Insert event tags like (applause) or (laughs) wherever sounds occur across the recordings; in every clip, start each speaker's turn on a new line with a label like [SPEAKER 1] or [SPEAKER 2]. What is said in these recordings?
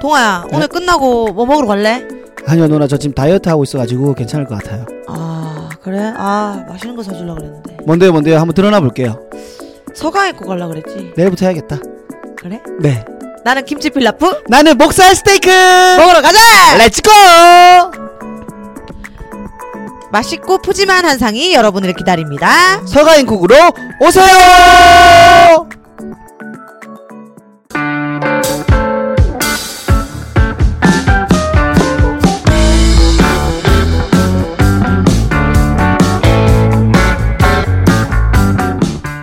[SPEAKER 1] 동아야 오늘 끝나고 뭐 먹으러 갈래?
[SPEAKER 2] 아니요 누나 저 지금 다이어트 하고 있어가지고 괜찮을 것 같아요
[SPEAKER 1] 아 그래? 아 맛있는 거 사주려 그랬는데
[SPEAKER 2] 뭔데요 뭔데요 한번 드러나 볼게요
[SPEAKER 1] 서강 입고 갈라 그랬지
[SPEAKER 2] 내일부터 해야겠다
[SPEAKER 1] 그래?
[SPEAKER 2] 네
[SPEAKER 1] 나는 김치 필라프
[SPEAKER 2] 나는 목살 스테이크
[SPEAKER 1] 먹으러 가자!
[SPEAKER 2] 렛츠고
[SPEAKER 1] 맛있고 푸짐한 한상이 여러분을 기다립니다
[SPEAKER 2] 서가인 국으로 오세요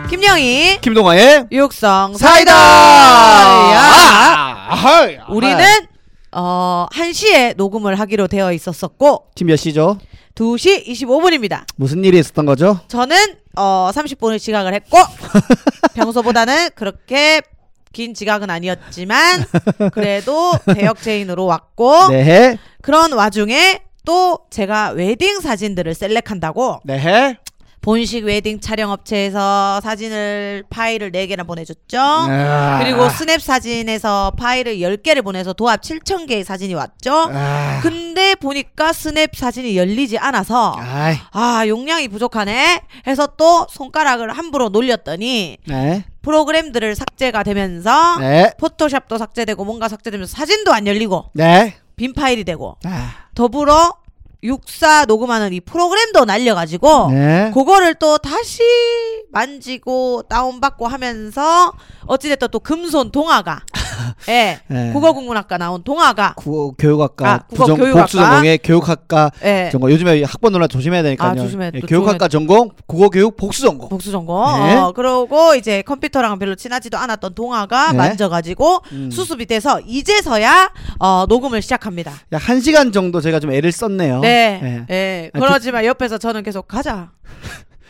[SPEAKER 1] 김영희
[SPEAKER 2] 김동아의
[SPEAKER 1] 육성
[SPEAKER 2] 사이다
[SPEAKER 1] 야.
[SPEAKER 2] 아! 아하!
[SPEAKER 1] 우리는 어 1시에 녹음을 하기로 되어 있었었고
[SPEAKER 2] 지금 몇 시죠?
[SPEAKER 1] 2시 25분입니다
[SPEAKER 2] 무슨 일이 있었던 거죠?
[SPEAKER 1] 저는 어 30분을 지각을
[SPEAKER 2] (laughs)
[SPEAKER 1] 했고 평소보다는 그렇게 긴 지각은 아니었지만 그래도 대역죄인으로 왔고
[SPEAKER 2] 네
[SPEAKER 1] 그런 와중에 또 제가 웨딩 사진들을 셀렉한다고
[SPEAKER 2] 네
[SPEAKER 1] 본식 웨딩 촬영 업체에서 사진을 파일을 4개나 보내줬죠.
[SPEAKER 2] 아.
[SPEAKER 1] 그리고 스냅 사진에서 파일을 10개를 보내서 도합 7,000개의 사진이 왔죠.
[SPEAKER 2] 아.
[SPEAKER 1] 근데 보니까 스냅 사진이 열리지 않아서
[SPEAKER 2] 아이
[SPEAKER 1] 아, 용량이 부족하네. 해서 또 손가락을 함부로 놀렸더니
[SPEAKER 2] 네
[SPEAKER 1] 프로그램들을 삭제가 되면서
[SPEAKER 2] 네.
[SPEAKER 1] 포토샵도 삭제되고 뭔가 삭제되면서 사진도 안 열리고
[SPEAKER 2] 네.
[SPEAKER 1] 빈 파일이 되고
[SPEAKER 2] 아.
[SPEAKER 1] 더불어 육사 녹음하는 이 프로그램도 날려가지고
[SPEAKER 2] 네.
[SPEAKER 1] 그거를 또 다시 만지고 다운받고 하면서 어찌됐든 또 금손 동화가
[SPEAKER 2] (laughs)
[SPEAKER 1] 예
[SPEAKER 2] 네.
[SPEAKER 1] 국어국문학과 나온 동화가
[SPEAKER 2] 구, 교육학과,
[SPEAKER 1] 아, 국어
[SPEAKER 2] 부정,
[SPEAKER 1] 교육학과.
[SPEAKER 2] 복수전공의 교육학과
[SPEAKER 1] 예
[SPEAKER 2] 전공. 요즘에 학번 누나 조심해야 되니까요.
[SPEAKER 1] 아, 조심해야
[SPEAKER 2] 예,
[SPEAKER 1] 또
[SPEAKER 2] 교육학과 전공, 국어교육 복수전공.
[SPEAKER 1] 복수전공
[SPEAKER 2] 네.
[SPEAKER 1] 어, 그러고 이제 컴퓨터랑 별로 친하지도 않았던 동화가
[SPEAKER 2] 네.
[SPEAKER 1] 만져가지고
[SPEAKER 2] 음.
[SPEAKER 1] 수습이 돼서 이제서야 어, 녹음을 시작합니다
[SPEAKER 2] 약 한 시간 정도 제가 좀 애를 썼네요.
[SPEAKER 1] 네,
[SPEAKER 2] 예.
[SPEAKER 1] 예.
[SPEAKER 2] 아,
[SPEAKER 1] 그러지만 옆에서 저는 계속
[SPEAKER 2] (laughs)
[SPEAKER 1] 가자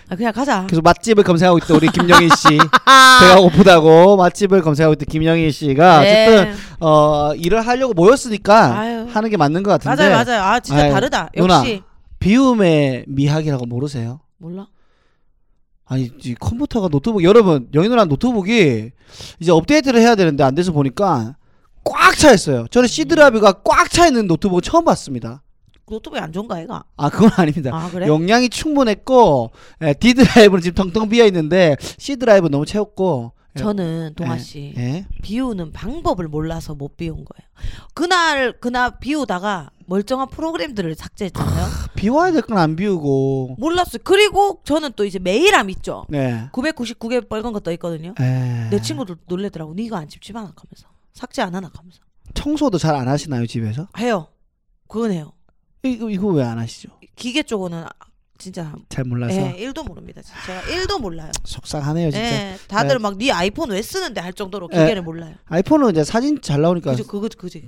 [SPEAKER 1] 아, 그냥 가자
[SPEAKER 2] 계속 맛집을 검색하고 있던 우리 김영희
[SPEAKER 1] (laughs)
[SPEAKER 2] 씨.
[SPEAKER 1] 아,
[SPEAKER 2] 배가 고프다고 맛집을 검색하고 있던 김영희 씨가
[SPEAKER 1] 네.
[SPEAKER 2] 어쨌든 어, 일을 하려고 모였으니까
[SPEAKER 1] 아유.
[SPEAKER 2] 하는 게 맞는 것 같은데
[SPEAKER 1] 맞아요 맞아요 아 진짜
[SPEAKER 2] 아유,
[SPEAKER 1] 다르다 역시
[SPEAKER 2] 누나. 비움의 미학이라고 모르세요?
[SPEAKER 1] 몰라
[SPEAKER 2] 아니 이 컴퓨터가 노트북 여러분 영희 누나 노트북이 이제 업데이트를 해야 되는데 안 돼서 보니까 꽉 차 있어요. 저는 C 드라이브가 꽉 차 있는 노트북을 처음 봤습니다.
[SPEAKER 1] 노트북이 안 좋은가 얘가
[SPEAKER 2] 아 그건 (laughs) 아닙니다.
[SPEAKER 1] 아 그래
[SPEAKER 2] 용량이 충분했고 에, D 드라이브는 지금 텅텅 비어 있는데 C 드라이브 너무 채웠고
[SPEAKER 1] 저는 동아 씨
[SPEAKER 2] 예?
[SPEAKER 1] 비우는 방법을 몰라서 못 비운 거예요. 그날 그날 비우다가 멀쩡한 프로그램들을 삭제했잖아요.
[SPEAKER 2] 비워야 될 건 안 비우고
[SPEAKER 1] 몰랐어요. 그리고 저는 또 이제 메일함 있죠.
[SPEAKER 2] 네. 예.
[SPEAKER 1] 999개 빨간 거 떠 있거든요.
[SPEAKER 2] 에.
[SPEAKER 1] 내 친구들 놀래더라고. 네가 안 집지만 하면서 삭제 안 하나 하면서
[SPEAKER 2] 청소도 잘 안 하시나요 집에서?
[SPEAKER 1] 해요. 그건 해요.
[SPEAKER 2] 이거 이거 왜 안 하시죠?
[SPEAKER 1] 기계 쪽은 아, 진짜
[SPEAKER 2] 잘 몰라서
[SPEAKER 1] 예, 1도 모릅니다. 진짜. 제가 1도 몰라요.
[SPEAKER 2] 속상하네요 진짜.
[SPEAKER 1] 예, 다들
[SPEAKER 2] 예.
[SPEAKER 1] 막 네 아이폰 왜 쓰는데 할 정도로
[SPEAKER 2] 예.
[SPEAKER 1] 기계를 몰라요.
[SPEAKER 2] 아이폰은 이제 사진 잘 나오니까 예,
[SPEAKER 1] 그죠 그거 그지.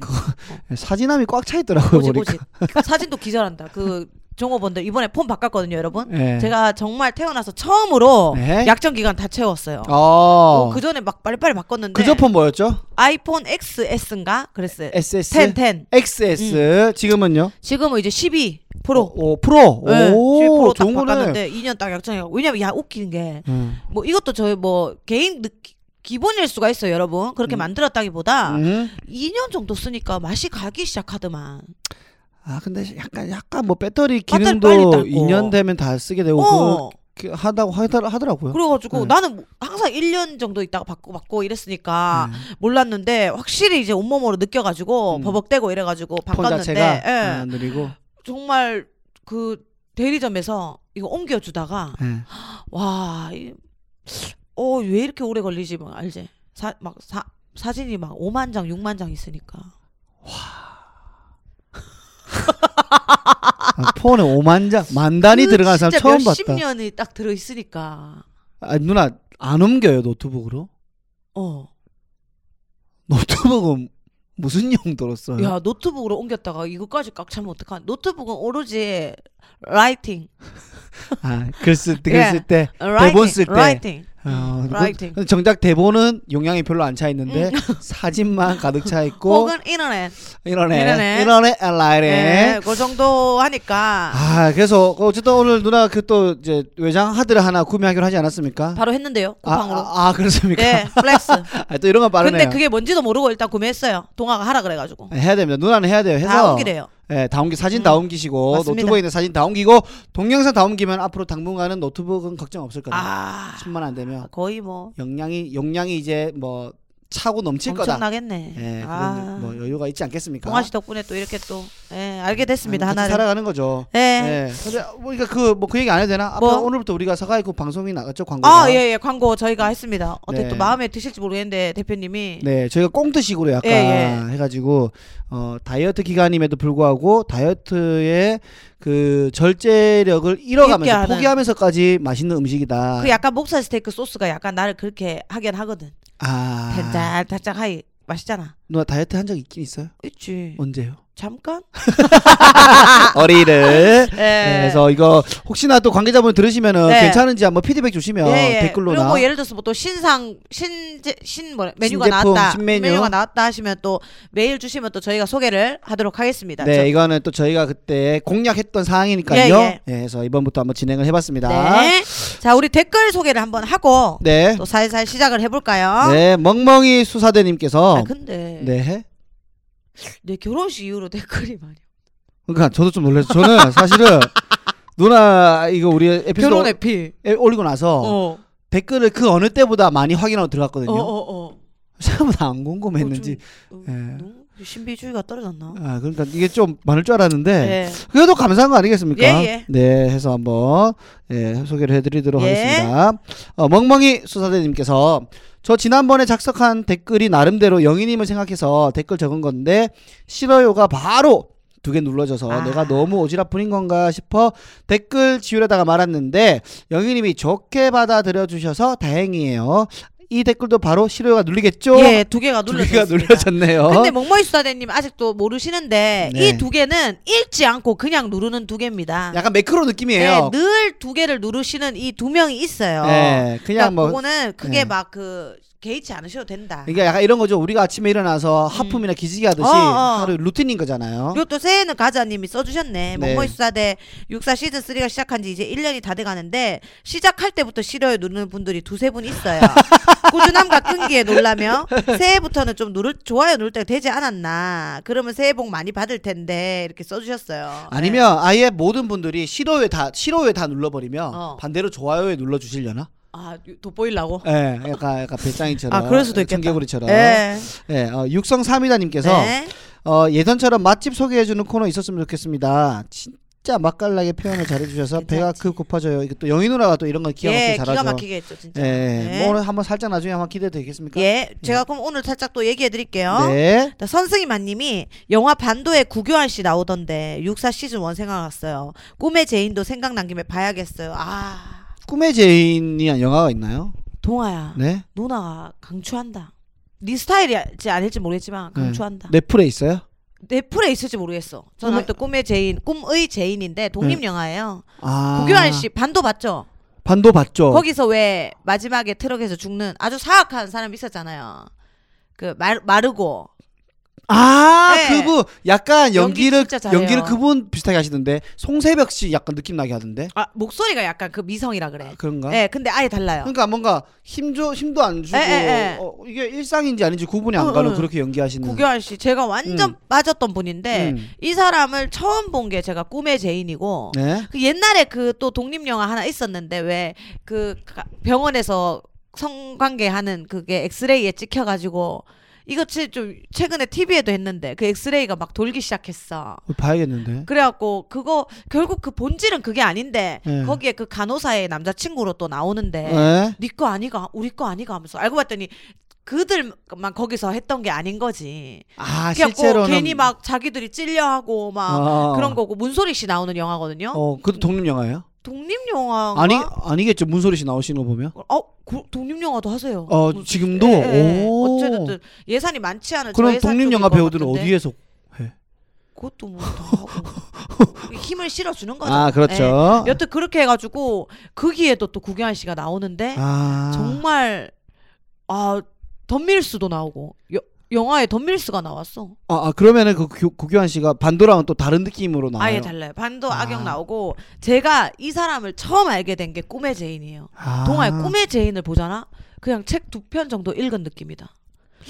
[SPEAKER 2] 사진함이 꽉 차 있더라고요
[SPEAKER 1] 뭐지
[SPEAKER 2] 그러니까 보니까.
[SPEAKER 1] 뭐지. 사진도 기절한다. 그 종업원들 이번에 폰 바꿨거든요, 여러분.
[SPEAKER 2] 예.
[SPEAKER 1] 제가 정말 태어나서 처음으로
[SPEAKER 2] 네.
[SPEAKER 1] 약정 기간 다 채웠어요.
[SPEAKER 2] 어.
[SPEAKER 1] 그 전에 예, 막 빨리빨리 바꿨는데
[SPEAKER 2] 그 저폰 뭐였죠?
[SPEAKER 1] 아이폰 XS인가 그랬어요.
[SPEAKER 2] SS
[SPEAKER 1] 10, 10.
[SPEAKER 2] XS 지금은요?
[SPEAKER 1] 지금은 이제 12 음. 프로.
[SPEAKER 2] 오, 오, 프로.
[SPEAKER 1] 네, 12
[SPEAKER 2] 오,
[SPEAKER 1] 프로 딱
[SPEAKER 2] 좋은 거네.
[SPEAKER 1] 바꿨는데 2년 딱 약정해요. 왜냐면 야 웃긴 게 뭐
[SPEAKER 2] 음.
[SPEAKER 1] 이것도 저희 뭐 개인 느- 기본일 수가 있어요, 여러분. 그렇게 만들었다기보다
[SPEAKER 2] 음.
[SPEAKER 1] 2년 정도 쓰니까 맛이 가기 시작하더만.
[SPEAKER 2] 아 근데 약간 약간 뭐 배터리
[SPEAKER 1] 배터리
[SPEAKER 2] 기능도
[SPEAKER 1] 빨리 닳고.
[SPEAKER 2] 2년 되면 다 쓰게 되고
[SPEAKER 1] 어.
[SPEAKER 2] 그렇게 하다고 하더라, 하더라고요.
[SPEAKER 1] 그래가지고
[SPEAKER 2] 네.
[SPEAKER 1] 나는 뭐 항상 1년 정도 있다가 받고 받고 이랬으니까
[SPEAKER 2] 음.
[SPEAKER 1] 몰랐는데 확실히 이제 온몸으로 느껴가지고
[SPEAKER 2] 음.
[SPEAKER 1] 버벅대고 이래가지고
[SPEAKER 2] 폰
[SPEAKER 1] 바꿨는데
[SPEAKER 2] 자체가 음.
[SPEAKER 1] 예.
[SPEAKER 2] 안 느리고.
[SPEAKER 1] 정말 그 대리점에서 이거 옮겨주다가
[SPEAKER 2] 예.
[SPEAKER 1] 와어왜 이렇게 오래 걸리지 막 알지 사 막 사 사진이 막 5만 장 6만 장 있으니까 (laughs)
[SPEAKER 2] 아, 폰에 5만 장, 만 단위
[SPEAKER 1] 그
[SPEAKER 2] 들어가는 사람
[SPEAKER 1] 진짜
[SPEAKER 2] 처음
[SPEAKER 1] 몇십
[SPEAKER 2] 봤다.
[SPEAKER 1] 년이 딱 들어 있으니까
[SPEAKER 2] 아, 누나 안 옮겨요 노트북으로? (laughs)
[SPEAKER 1] 어 야
[SPEAKER 2] 노트북은 무슨 용도로 써요?
[SPEAKER 1] 노트북으로 옮겼다가 이거까지 꽉 차면 어떡하 노트북은 오로지 라이팅
[SPEAKER 2] 아, 글 쓸
[SPEAKER 1] 예.
[SPEAKER 2] 때, 글 쓸 때. 네. 대본 쓸 때.
[SPEAKER 1] 라이팅.
[SPEAKER 2] 어,
[SPEAKER 1] 라이팅.
[SPEAKER 2] 그- 정작 대본은 용량이 별로 안 차 있는데
[SPEAKER 1] (laughs)
[SPEAKER 2] 사진만 가득 차 있고
[SPEAKER 1] 음. 혹은 인터넷.
[SPEAKER 2] 이러네
[SPEAKER 1] 이러네.
[SPEAKER 2] 이러네 알라이네.
[SPEAKER 1] 네. 그 정도 하니까
[SPEAKER 2] 아 그래서 어쨌든 오늘 누나 그 또 이제 외장 하드를 하나 구매하기로 하지 않았습니까?
[SPEAKER 1] 바로 했는데요.
[SPEAKER 2] 아,
[SPEAKER 1] 쿠팡으로.
[SPEAKER 2] 아, 아, 그렇습니까?
[SPEAKER 1] 네, 플렉스.
[SPEAKER 2] (laughs) 아, 또 이런 건 빠르네요. 예,
[SPEAKER 1] 근데 그게 뭔지도 모르고 일단 구매했어요. 동화가 하라 그래가지고.
[SPEAKER 2] 해야 됩니다. 누나는 해야 돼요. 해서
[SPEAKER 1] 다 옮기래요. 음.
[SPEAKER 2] 예, 다 옮기 사진 다 옮기시고
[SPEAKER 1] 맞습니다.
[SPEAKER 2] 노트북에 있는 사진 다 옮기고 동영상 다 옮기면 앞으로 당분간은 노트북은 걱정 없을 거다.
[SPEAKER 1] 아,
[SPEAKER 2] 10만 안 되면
[SPEAKER 1] 거의 뭐
[SPEAKER 2] 용량이 용량이 이제 뭐 차고 넘칠 거다.
[SPEAKER 1] 엄청나겠네.
[SPEAKER 2] 예,
[SPEAKER 1] 아,
[SPEAKER 2] 그런 뭐 여유가 있지 않겠습니까?
[SPEAKER 1] 동아 씨 덕분에 또 이렇게 또 예, 알게 됐습니다.
[SPEAKER 2] 아, 같이
[SPEAKER 1] 하나를.
[SPEAKER 2] 살아가는 거죠.
[SPEAKER 1] 예.
[SPEAKER 2] 예. 근데 뭐 그러니까 그 뭐 그 얘기 안 해도 되나? 아까
[SPEAKER 1] 뭐?
[SPEAKER 2] 오늘부터 우리가 사과이고 방송이 나갔죠 광고.
[SPEAKER 1] 아, 예, 예. 광고 저희가 했습니다. 어떻게
[SPEAKER 2] 네.
[SPEAKER 1] 또 마음에 드실지 모르겠는데 대표님이
[SPEAKER 2] 네, 저희가 꽁트식으로 약간
[SPEAKER 1] 예, 예.
[SPEAKER 2] 해가지고 어, 다이어트 기간임에도 불구하고 다이어트의 그 절제력을 잃어가면서
[SPEAKER 1] 하는.
[SPEAKER 2] 포기하면서까지 맛있는 음식이다.
[SPEAKER 1] 그 약간 목살 스테이크 소스가 약간 나를 그렇게 하긴 하거든.
[SPEAKER 2] 아,
[SPEAKER 1] 달짝달짝 하이 맛있잖아.
[SPEAKER 2] 누나 다이어트 한 적 있긴 있어요?
[SPEAKER 1] 예. 있지.
[SPEAKER 2] 언제요?
[SPEAKER 1] 잠깐. 아.
[SPEAKER 2] 어리를.
[SPEAKER 1] 예.
[SPEAKER 2] 네, 그래서 이거 혹시나 또 관계자분 들으시면은
[SPEAKER 1] 네.
[SPEAKER 2] 괜찮은지 한번 피드백 주시면
[SPEAKER 1] 예, 예.
[SPEAKER 2] 어, 댓글로나
[SPEAKER 1] 그리고 뭐 예를 들어서 뭐 또 신상 신제 신뭐 메뉴가
[SPEAKER 2] 신제품,
[SPEAKER 1] 나왔다
[SPEAKER 2] 신메뉴.
[SPEAKER 1] 메뉴가 나왔다 하시면 또 메일 주시면 또 저희가 소개를 하도록 하겠습니다.
[SPEAKER 2] 네,
[SPEAKER 1] 저-
[SPEAKER 2] 이거는 또 저희가 그때 공략했던 사항이니까요.
[SPEAKER 1] 예,
[SPEAKER 2] 예, 그래서 이번부터 한번 진행을 해봤습니다.
[SPEAKER 1] 네. 자 우리 댓글 소개를 한번 하고
[SPEAKER 2] 네,
[SPEAKER 1] 또 살살 시작을 해볼까요?
[SPEAKER 2] 네, 멍멍이 수사대님께서
[SPEAKER 1] 아 근데
[SPEAKER 2] 네.
[SPEAKER 1] 내 결혼식 이후로 댓글이 많이.
[SPEAKER 2] 그러니까 저도 좀 놀랐어요.
[SPEAKER 1] (laughs)
[SPEAKER 2] 저는 사실은 누나 이거 우리 에피소드
[SPEAKER 1] 결혼 에피.
[SPEAKER 2] 에- 올리고 나서
[SPEAKER 1] 어어어
[SPEAKER 2] 댓글을 그 어느 때보다 많이 확인하고 들어갔거든요.
[SPEAKER 1] 어. 어.
[SPEAKER 2] (laughs) 생각보다 안 궁금했는지.
[SPEAKER 1] 어, 좀,
[SPEAKER 2] 예.
[SPEAKER 1] 어, 너무 신비주의가 떨어졌나?
[SPEAKER 2] 아, 그러니까 이게 좀 많을 줄 알았는데
[SPEAKER 1] 예.
[SPEAKER 2] 그래도 감사한 거 아니겠습니까?
[SPEAKER 1] 예, 예.
[SPEAKER 2] 네, 해서 한번 예, 소개를 해드리도록
[SPEAKER 1] 예.
[SPEAKER 2] 하겠습니다. 어, 멍멍이 수사대님께서 저 지난번에 작성한 댓글이 나름대로 영희님을 생각해서 댓글 적은 건데 싫어요가 바로 두 개 눌러져서
[SPEAKER 1] 아.
[SPEAKER 2] 내가 너무 오지랖뿐인 건가 싶어 댓글 지우려다가 말았는데 영희님이 좋게 받아들여 주셔서 다행이에요. 이 댓글도 바로 싫어요가 눌리겠죠?
[SPEAKER 1] 예, 두 개가
[SPEAKER 2] 두
[SPEAKER 1] 눌려졌습니다.
[SPEAKER 2] 개가 눌려졌네요.
[SPEAKER 1] 근데 멍멍이 수사대님 아직도 모르시는데
[SPEAKER 2] 네.
[SPEAKER 1] 이 두 개는 읽지 않고 그냥 누르는 두 개입니다.
[SPEAKER 2] 약간 매크로 느낌이에요.
[SPEAKER 1] 네, 늘 두 개를 누르시는 이 두 명이 있어요. 그러니까
[SPEAKER 2] 예,
[SPEAKER 1] 그냥
[SPEAKER 2] 그냥 뭐
[SPEAKER 1] 그거는 크게
[SPEAKER 2] 예.
[SPEAKER 1] 막 그 개의치 않으셔도 된다.
[SPEAKER 2] 그러니까 약간 이런 거죠. 우리가 아침에 일어나서 하품이나 기지개 하듯이
[SPEAKER 1] 음. 어, 어.
[SPEAKER 2] 하루 루틴인 거잖아요.
[SPEAKER 1] 그리고 또 새해는 가자님이 써주셨네.
[SPEAKER 2] 뭐? 네.
[SPEAKER 1] 멍멍이 수사대 육사 시즌 3가 시작한 지 이제 1년이 다 돼가는데 시작할 때부터 싫어요 누르는 분들이 두세 분
[SPEAKER 2] (laughs)
[SPEAKER 1] 있어요. 꾸준함과 끈기에 놀라며 새해부터는 좀 누를 좋아요 누를 때가 되지 않았나. 그러면 새해 복 많이 받을 텐데 이렇게 써주셨어요.
[SPEAKER 2] 아니면 아예 모든 분들이 싫어요에 다 싫어요에 다 눌러버리면
[SPEAKER 1] 어.
[SPEAKER 2] 반대로 좋아요에 눌러 주시려나?
[SPEAKER 1] 아 돋보이려고.
[SPEAKER 2] 예, 약간 약간 배짱이처럼,
[SPEAKER 1] 아 그럴 수도 있겠다.
[SPEAKER 2] 청개구리처럼. 예,
[SPEAKER 1] 예.
[SPEAKER 2] 어, 육성 삼이다님께서
[SPEAKER 1] 네.
[SPEAKER 2] 어, 예전처럼 맛집 소개해주는 코너 있었으면 좋겠습니다. 진짜 맛깔나게 표현을 잘해주셔서 배가
[SPEAKER 1] 괜찮지.
[SPEAKER 2] 그 고파져요. 이게 또 영희 누나가 또 이런 걸 기가 막히게
[SPEAKER 1] 예,
[SPEAKER 2] 잘하죠.
[SPEAKER 1] 기가 막히게 했죠 진짜.
[SPEAKER 2] 예,
[SPEAKER 1] 네.
[SPEAKER 2] 뭐 오늘 한번 살짝 나중에 한번 기대되겠습니까?
[SPEAKER 1] 예, 제가 그럼 오늘 살짝 또 얘기해 드릴게요.
[SPEAKER 2] 그러니까 네.
[SPEAKER 1] 자, 선승이만님이 영화 반도에 구교환 씨 나오던데 육사 시즌 원 생각났어요. 꿈의 제인도 생각난 김에 봐야겠어요. 아
[SPEAKER 2] 꿈의 제인이란 영화가 있나요?
[SPEAKER 1] 동아야,
[SPEAKER 2] 네.
[SPEAKER 1] 누나가 강추한다. 네 스타일이지 아닐지 모르겠지만
[SPEAKER 2] 네.
[SPEAKER 1] 강추한다.
[SPEAKER 2] 넷플에 있어요?
[SPEAKER 1] 넷플에 있을지 모르겠어. 저는
[SPEAKER 2] 꿈의- 네.
[SPEAKER 1] 또 꿈의 제인, 꿈의 제인인데 독립 영화예요.
[SPEAKER 2] 아. 어.
[SPEAKER 1] 구교환 씨 반도 봤죠?
[SPEAKER 2] 반도 봤죠.
[SPEAKER 1] 거기서 왜 마지막에 트럭에서 죽는 아주 사악한 사람 있었잖아요. 그 말, 마르고
[SPEAKER 2] 아,
[SPEAKER 1] 네.
[SPEAKER 2] 그분 약간
[SPEAKER 1] 연기
[SPEAKER 2] 연기를
[SPEAKER 1] 진짜 잘해요.
[SPEAKER 2] 연기를 그분 비슷하게 하시던데 송세벽 씨 약간 느낌 나게 하던데.
[SPEAKER 1] 아, 목소리가 약간 그 미성이라 그래.
[SPEAKER 2] 아, 그런가?
[SPEAKER 1] 네, 근데 아예 달라요.
[SPEAKER 2] 그러니까 뭔가 힘줘 힘도 안 주고
[SPEAKER 1] 에, 에, 에.
[SPEAKER 2] 어, 이게 일상인지 아닌지 구분이 안
[SPEAKER 1] 네, 응,
[SPEAKER 2] 가는
[SPEAKER 1] 응.
[SPEAKER 2] 그렇게 연기하시는.
[SPEAKER 1] 구교환 씨, 제가 완전 빠졌던 분인데
[SPEAKER 2] 음.
[SPEAKER 1] 이 사람을 처음 본 게 제가 꿈의 제인이고
[SPEAKER 2] 네.
[SPEAKER 1] 그 옛날에 그 또 독립 영화 하나 있었는데 왜 그 병원에서 성관계하는 그게 엑스레이에 찍혀가지고 이거 치- 좀 최근에 TV에도 했는데 그 엑스레이가 막 돌기 시작했어.
[SPEAKER 2] 그거 봐야겠는데.
[SPEAKER 1] 그래갖고 그거 결국 그 본질은 그게 아닌데
[SPEAKER 2] 네.
[SPEAKER 1] 거기에 그 간호사의 남자친구로 또 나오는데
[SPEAKER 2] 네.
[SPEAKER 1] 네 거 아니가 우리 거 아니가 하면서 알고 봤더니 그들만 거기서 했던 게 아닌 거지.
[SPEAKER 2] 아
[SPEAKER 1] 그래갖고
[SPEAKER 2] 실제로는
[SPEAKER 1] 괜히 막 자기들이 찔려하고 막
[SPEAKER 2] 아.
[SPEAKER 1] 그런 거고 문소리 씨 나오는 영화거든요.
[SPEAKER 2] 어, 그것도 독립 영화예요?
[SPEAKER 1] 독립 영화
[SPEAKER 2] 아니 아니겠죠. 문소리 씨 나오시는 거 보면.
[SPEAKER 1] 어 구- 독립 영화도 하세요.
[SPEAKER 2] 어,
[SPEAKER 1] 무슨-
[SPEAKER 2] 지금도? 오.
[SPEAKER 1] 네, 어쨌든 예산이 많지 않은 어, 저
[SPEAKER 2] 그럼
[SPEAKER 1] 예산
[SPEAKER 2] 독립 영화
[SPEAKER 1] 쪽일 것
[SPEAKER 2] 배우들은
[SPEAKER 1] 같은데
[SPEAKER 2] 어디에서
[SPEAKER 1] 그것도 뭐다 뭐 하고 힘을 실어주는 거죠.
[SPEAKER 2] 아
[SPEAKER 1] 예.
[SPEAKER 2] 그렇죠.
[SPEAKER 1] 여튼 그렇게 해가지고 그 거기에도 또 구경한 씨가 나오는데
[SPEAKER 2] 아
[SPEAKER 1] 정말 아 덤밀스도 나오고 여- 영화에 덤밀스가 나왔어.
[SPEAKER 2] 아, 아, 그러면은 그 구- 구교환 씨가 반도랑은 또 다른 느낌으로 나와요.
[SPEAKER 1] 아예 달라요. 반도
[SPEAKER 2] 아.
[SPEAKER 1] 악역 나오고 제가 이 사람을 처음 알게 된 게 꿈의 제인이에요.
[SPEAKER 2] 아.
[SPEAKER 1] 동아의 꿈의 제인을 보잖아. 그냥 책 두 편 정도 읽은 느낌이다.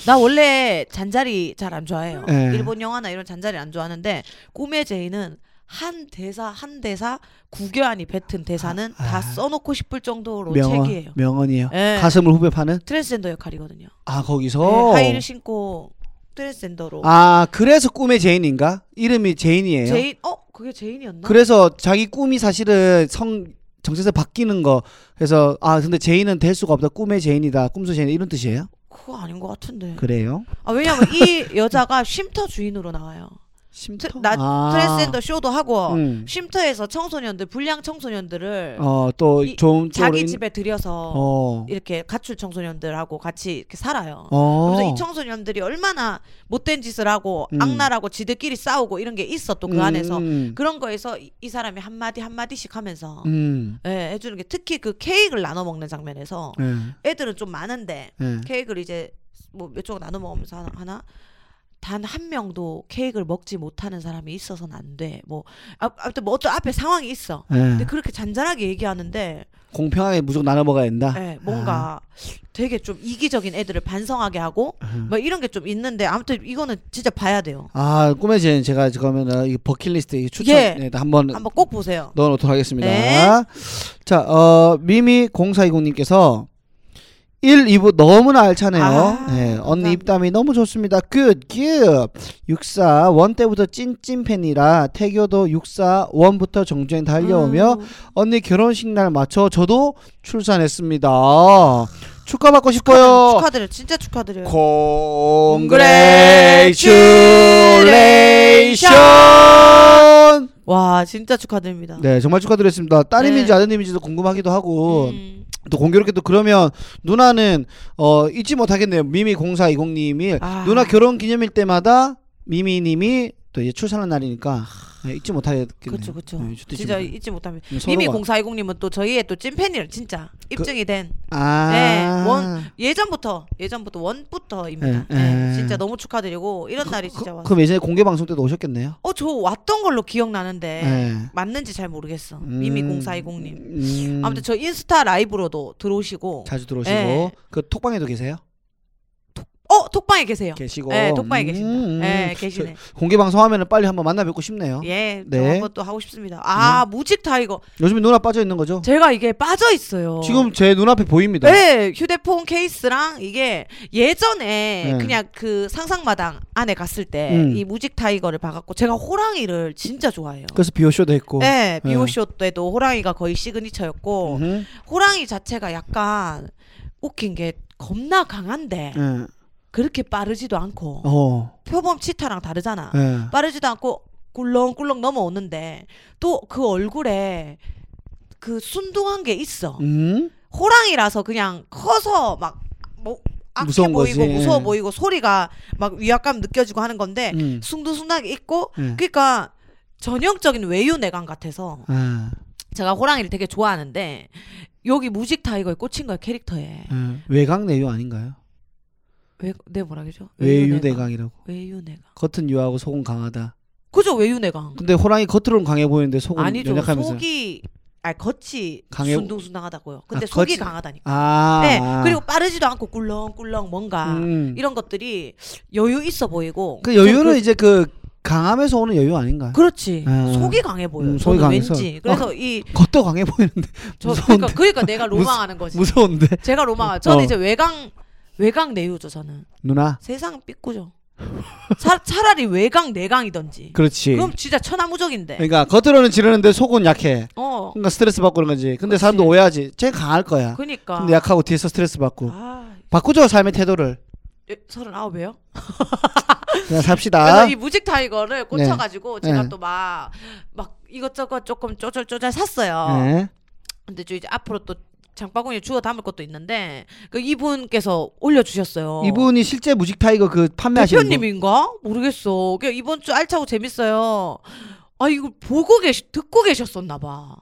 [SPEAKER 1] 나 원래 잔자리 잘 안 좋아해요.
[SPEAKER 2] 예.
[SPEAKER 1] 일본 영화나 이런 잔자리 안 좋아하는데 꿈의 제인은 한 대사 한 대사 구교환이 뱉은 대사는
[SPEAKER 2] 아.
[SPEAKER 1] 다 써놓고 싶을 정도로 책이에요.
[SPEAKER 2] 명언 명언이에요.
[SPEAKER 1] 예.
[SPEAKER 2] 가슴을 후벼 파는
[SPEAKER 1] 트랜스젠더 역할이거든요.
[SPEAKER 2] 아
[SPEAKER 1] 네,
[SPEAKER 2] 거기서
[SPEAKER 1] 하이힐 신고 트랜스젠더로
[SPEAKER 2] 아 그래서 꿈의 제인인가 이름이 제인이에요.
[SPEAKER 1] 제인 어 그게 제인이었나?
[SPEAKER 2] 그래서 자기 꿈이 사실은 성 정체성 바뀌는 거 그래서 아 근데 제인은 될 수가 없다 꿈의 제인이다 꿈속 제인 이런 뜻이에요?
[SPEAKER 1] 그거 아닌 것 같은데.
[SPEAKER 2] 그래요?
[SPEAKER 1] 아 왜냐면 이
[SPEAKER 2] (laughs)
[SPEAKER 1] 여자가 쉼터 주인으로 나와요.
[SPEAKER 2] 쉼터?
[SPEAKER 1] 트- 나
[SPEAKER 2] 아.
[SPEAKER 1] 트랜스젠더 쇼도 하고
[SPEAKER 2] 음.
[SPEAKER 1] 쉼터에서 청소년들 불량 청소년들을 이-
[SPEAKER 2] 어또 좋은 쪽으로
[SPEAKER 1] 자기
[SPEAKER 2] 인-
[SPEAKER 1] 집에 들여서
[SPEAKER 2] 어.
[SPEAKER 1] 이렇게 가출 청소년들하고 같이 이렇게 살아요.
[SPEAKER 2] 어.
[SPEAKER 1] 그래서 이 청소년들이 얼마나 못된 짓을 하고
[SPEAKER 2] 음.
[SPEAKER 1] 악랄하고 지들끼리 싸우고 이런 게 있어 또 그
[SPEAKER 2] 음.
[SPEAKER 1] 안에서 그런 거에서 이, 이 사람이 한 마디 한 마디씩 하면서
[SPEAKER 2] 음.
[SPEAKER 1] 예, 해주는 게 특히 그 케이크를 나눠 먹는 장면에서
[SPEAKER 2] 예.
[SPEAKER 1] 애들은 좀 많은데
[SPEAKER 2] 예.
[SPEAKER 1] 케이크를 이제 뭐 몇 조각 나눠 먹으면서 하나, 하나? 단 한 명도 케이크를 먹지 못하는 사람이 있어서는 안 돼. 뭐 아, 아무튼 뭐 어떤 앞에 상황이 있어.
[SPEAKER 2] 예.
[SPEAKER 1] 근데 그렇게 잔잔하게 얘기하는데
[SPEAKER 2] 공평하게 무조건 나눠 먹어야 된다. 아.
[SPEAKER 1] 예, 뭔가 되게 좀 이기적인 애들을 반성하게 하고
[SPEAKER 2] 음.
[SPEAKER 1] 뭐 이런 게 좀 있는데 아무튼 이거는 진짜 봐야 돼요.
[SPEAKER 2] 아 꿈의 제인 제가 그러면 어, 이 버킷리스트 이 추천
[SPEAKER 1] 예.
[SPEAKER 2] 네, 한번
[SPEAKER 1] 한번 꼭 보세요.
[SPEAKER 2] 넣어놓도록 하겠습니다.
[SPEAKER 1] 네.
[SPEAKER 2] 자, 어, 미미 0420님께서 1, 2부 너무나 알차네요.
[SPEAKER 1] 아,
[SPEAKER 2] 네,
[SPEAKER 1] 감사합니다.
[SPEAKER 2] 언니 입담이 너무 좋습니다. 굿, 굿. 64, 원 때부터 찐찐 팬이라 태교도 64, 원부터 정주행 달려오며
[SPEAKER 1] 아유,
[SPEAKER 2] 언니 결혼식 날 맞춰 저도 출산했습니다. 축하받고 싶어요.
[SPEAKER 1] 축하드려요. 진짜 축하드려요.
[SPEAKER 2] Congratulation!
[SPEAKER 1] 와 진짜 축하드립니다.
[SPEAKER 2] 네, 정말 축하드렸습니다. 따님인지
[SPEAKER 1] 네.
[SPEAKER 2] 아드님인지도 궁금하기도 하고
[SPEAKER 1] 음.
[SPEAKER 2] 또 공교롭게도 그러면 누나는 어 잊지 못하겠네요. 미미 0420님이
[SPEAKER 1] 아.
[SPEAKER 2] 누나 결혼 기념일 때마다 미미님이 또 이제 출산한 날이니까 네, 잊지 못하겠네요.
[SPEAKER 1] 그렇죠, 그렇죠.
[SPEAKER 2] 네, 잊지
[SPEAKER 1] 진짜
[SPEAKER 2] 못-
[SPEAKER 1] 잊지 못합니다.
[SPEAKER 2] 서로가- 그
[SPEAKER 1] 이미 0420님은 또 저희의 또 찐팬이에요 진짜 입증이 된
[SPEAKER 2] 아.
[SPEAKER 1] 네, 원- 예전부터 예전부터 원부터입니다.
[SPEAKER 2] 예,
[SPEAKER 1] 네,
[SPEAKER 2] 예.
[SPEAKER 1] 진짜 너무 축하드리고 이런 날이 진짜 왔어.
[SPEAKER 2] 그럼 예전에 공개 방송 때도 오셨겠네요.
[SPEAKER 1] 어저 왔던 걸로 기억나는데
[SPEAKER 2] 네.
[SPEAKER 1] 맞는지 잘 모르겠어.
[SPEAKER 2] 음.
[SPEAKER 1] 이미 0420님
[SPEAKER 2] 음,
[SPEAKER 1] 아무튼 저 인스타 라이브로도 들어오시고
[SPEAKER 2] 자주 들어오시고
[SPEAKER 1] 네.
[SPEAKER 2] 그 톡방에도 계세요?
[SPEAKER 1] 어 톡방에 계세요.
[SPEAKER 2] 계시고.
[SPEAKER 1] 네, 톡방에
[SPEAKER 2] 음,
[SPEAKER 1] 계신다.
[SPEAKER 2] 음.
[SPEAKER 1] 네, 계시네.
[SPEAKER 2] 공개 방송 하면은 빨리 한번 만나 뵙고 싶네요.
[SPEAKER 1] 예, 저
[SPEAKER 2] 네.
[SPEAKER 1] 한번 또 하고 싶습니다. 아 무직 타이거
[SPEAKER 2] 요즘에 누나 빠져 있는 거죠?
[SPEAKER 1] 제가 이게 빠져 있어요.
[SPEAKER 2] 지금 제 눈앞에 보입니다.
[SPEAKER 1] 네, 휴대폰 케이스랑 이게 예전에
[SPEAKER 2] 네.
[SPEAKER 1] 그냥 그 상상마당 안에 갔을 때
[SPEAKER 2] 음.
[SPEAKER 1] 이 무직 타이거를 봐갖고 제가 호랑이를 진짜 좋아해요.
[SPEAKER 2] 그래서 비오쇼도 했고.
[SPEAKER 1] 네,
[SPEAKER 2] 네.
[SPEAKER 1] 비오쇼 때도 호랑이가 거의 시그니처였고
[SPEAKER 2] 음.
[SPEAKER 1] 호랑이 자체가 약간 웃긴 게 겁나 강한데
[SPEAKER 2] 예.
[SPEAKER 1] 그렇게 빠르지도 않고
[SPEAKER 2] 어.
[SPEAKER 1] 표범 치타랑 다르잖아.
[SPEAKER 2] 예.
[SPEAKER 1] 빠르지도 않고 꿀렁꿀렁 넘어오는데 또 그 얼굴에 그 순둥한 게 있어.
[SPEAKER 2] 음.
[SPEAKER 1] 호랑이라서 그냥 커서 막뭐 악해
[SPEAKER 2] 무서운 거지.
[SPEAKER 1] 보이고 무서워
[SPEAKER 2] 예.
[SPEAKER 1] 보이고 소리가 막 위압감 느껴지고 하는 건데
[SPEAKER 2] 음.
[SPEAKER 1] 숭둥숭하게 있고
[SPEAKER 2] 예.
[SPEAKER 1] 그러니까 전형적인 외유 내강 같아서
[SPEAKER 2] 아.
[SPEAKER 1] 제가 호랑이를 되게 좋아하는데 여기 무직 타이거에 꽂힌 거야 캐릭터에
[SPEAKER 2] 예. 외강 내유 아닌가요?
[SPEAKER 1] 왜, 내 네, 뭐라 그러죠?
[SPEAKER 2] 외유 내강이라고.
[SPEAKER 1] 외유 내강
[SPEAKER 2] 겉은 유하고 속은 강하다.
[SPEAKER 1] 그죠 외유 내강
[SPEAKER 2] 근데 호랑이 겉으로는 강해 보이는데 속은
[SPEAKER 1] 아니죠
[SPEAKER 2] 연약하면서.
[SPEAKER 1] 속이 아 겉이
[SPEAKER 2] 강해-
[SPEAKER 1] 순둥순둥하다고요 근데
[SPEAKER 2] 아,
[SPEAKER 1] 속이
[SPEAKER 2] 겉이-
[SPEAKER 1] 강하다니까
[SPEAKER 2] 아.
[SPEAKER 1] 네
[SPEAKER 2] 아.
[SPEAKER 1] 그리고 빠르지도 않고 꿀렁꿀렁 뭔가
[SPEAKER 2] 음.
[SPEAKER 1] 이런 것들이 여유 있어 보이고
[SPEAKER 2] 그 여유는
[SPEAKER 1] 좀
[SPEAKER 2] 이제 그 강함에서 오는 여유 아닌가요?
[SPEAKER 1] 그, 렇지
[SPEAKER 2] 아.
[SPEAKER 1] 속이 강해 보여 요
[SPEAKER 2] 음, 속이
[SPEAKER 1] 저는
[SPEAKER 2] 강해서.
[SPEAKER 1] 왠지 그래서 이
[SPEAKER 2] 겉도 강해 보이는데
[SPEAKER 1] 저
[SPEAKER 2] 무서운데.
[SPEAKER 1] 그러니까, 그러니까 내가 로망하는 거지
[SPEAKER 2] 무서운데.
[SPEAKER 1] 제가 로망하 저는
[SPEAKER 2] 어.
[SPEAKER 1] 이제 외강 외강 내유죠 저는
[SPEAKER 2] 누나.
[SPEAKER 1] 세상 삐꾸죠 차, 차라리 외강 내강이던지
[SPEAKER 2] 그렇지. 예.
[SPEAKER 1] 그럼 진짜 천하무적인데
[SPEAKER 2] 그러니까 겉으로는 지르는데 속은 약해.
[SPEAKER 1] 어
[SPEAKER 2] 그러니까 스트레스 받고 그런 거지. 근데
[SPEAKER 1] 그렇지.
[SPEAKER 2] 사람도 오해하지. 쟤 강할 거야.
[SPEAKER 1] 그러니까
[SPEAKER 2] 근데 그 약하고 뒤에서 스트레스 받고.
[SPEAKER 1] 아 예,
[SPEAKER 2] 바꾸죠 삶의 태도를.
[SPEAKER 1] 서른아홉이에요
[SPEAKER 2] 그냥 삽시다.
[SPEAKER 1] 그래서 이 무직 타이거를 꽂혀가지고
[SPEAKER 2] 아. 네.
[SPEAKER 1] 제가
[SPEAKER 2] 네.
[SPEAKER 1] 또 막 막 이것저것 조금 쪼잘쪼잘 샀어요
[SPEAKER 2] 네.
[SPEAKER 1] 근데 저 이제 앞으로 또 장바구니에 주워 담을 것도 있는데 그 이분께서 올려주셨어요.
[SPEAKER 2] 이분이 실제 무직 타이거 그 판매하시는 분.
[SPEAKER 1] 대표님인가 모르겠어. 그 이번 주 알차고 재밌어요. 아 이거 보고 계시 듣고 계셨었나 봐.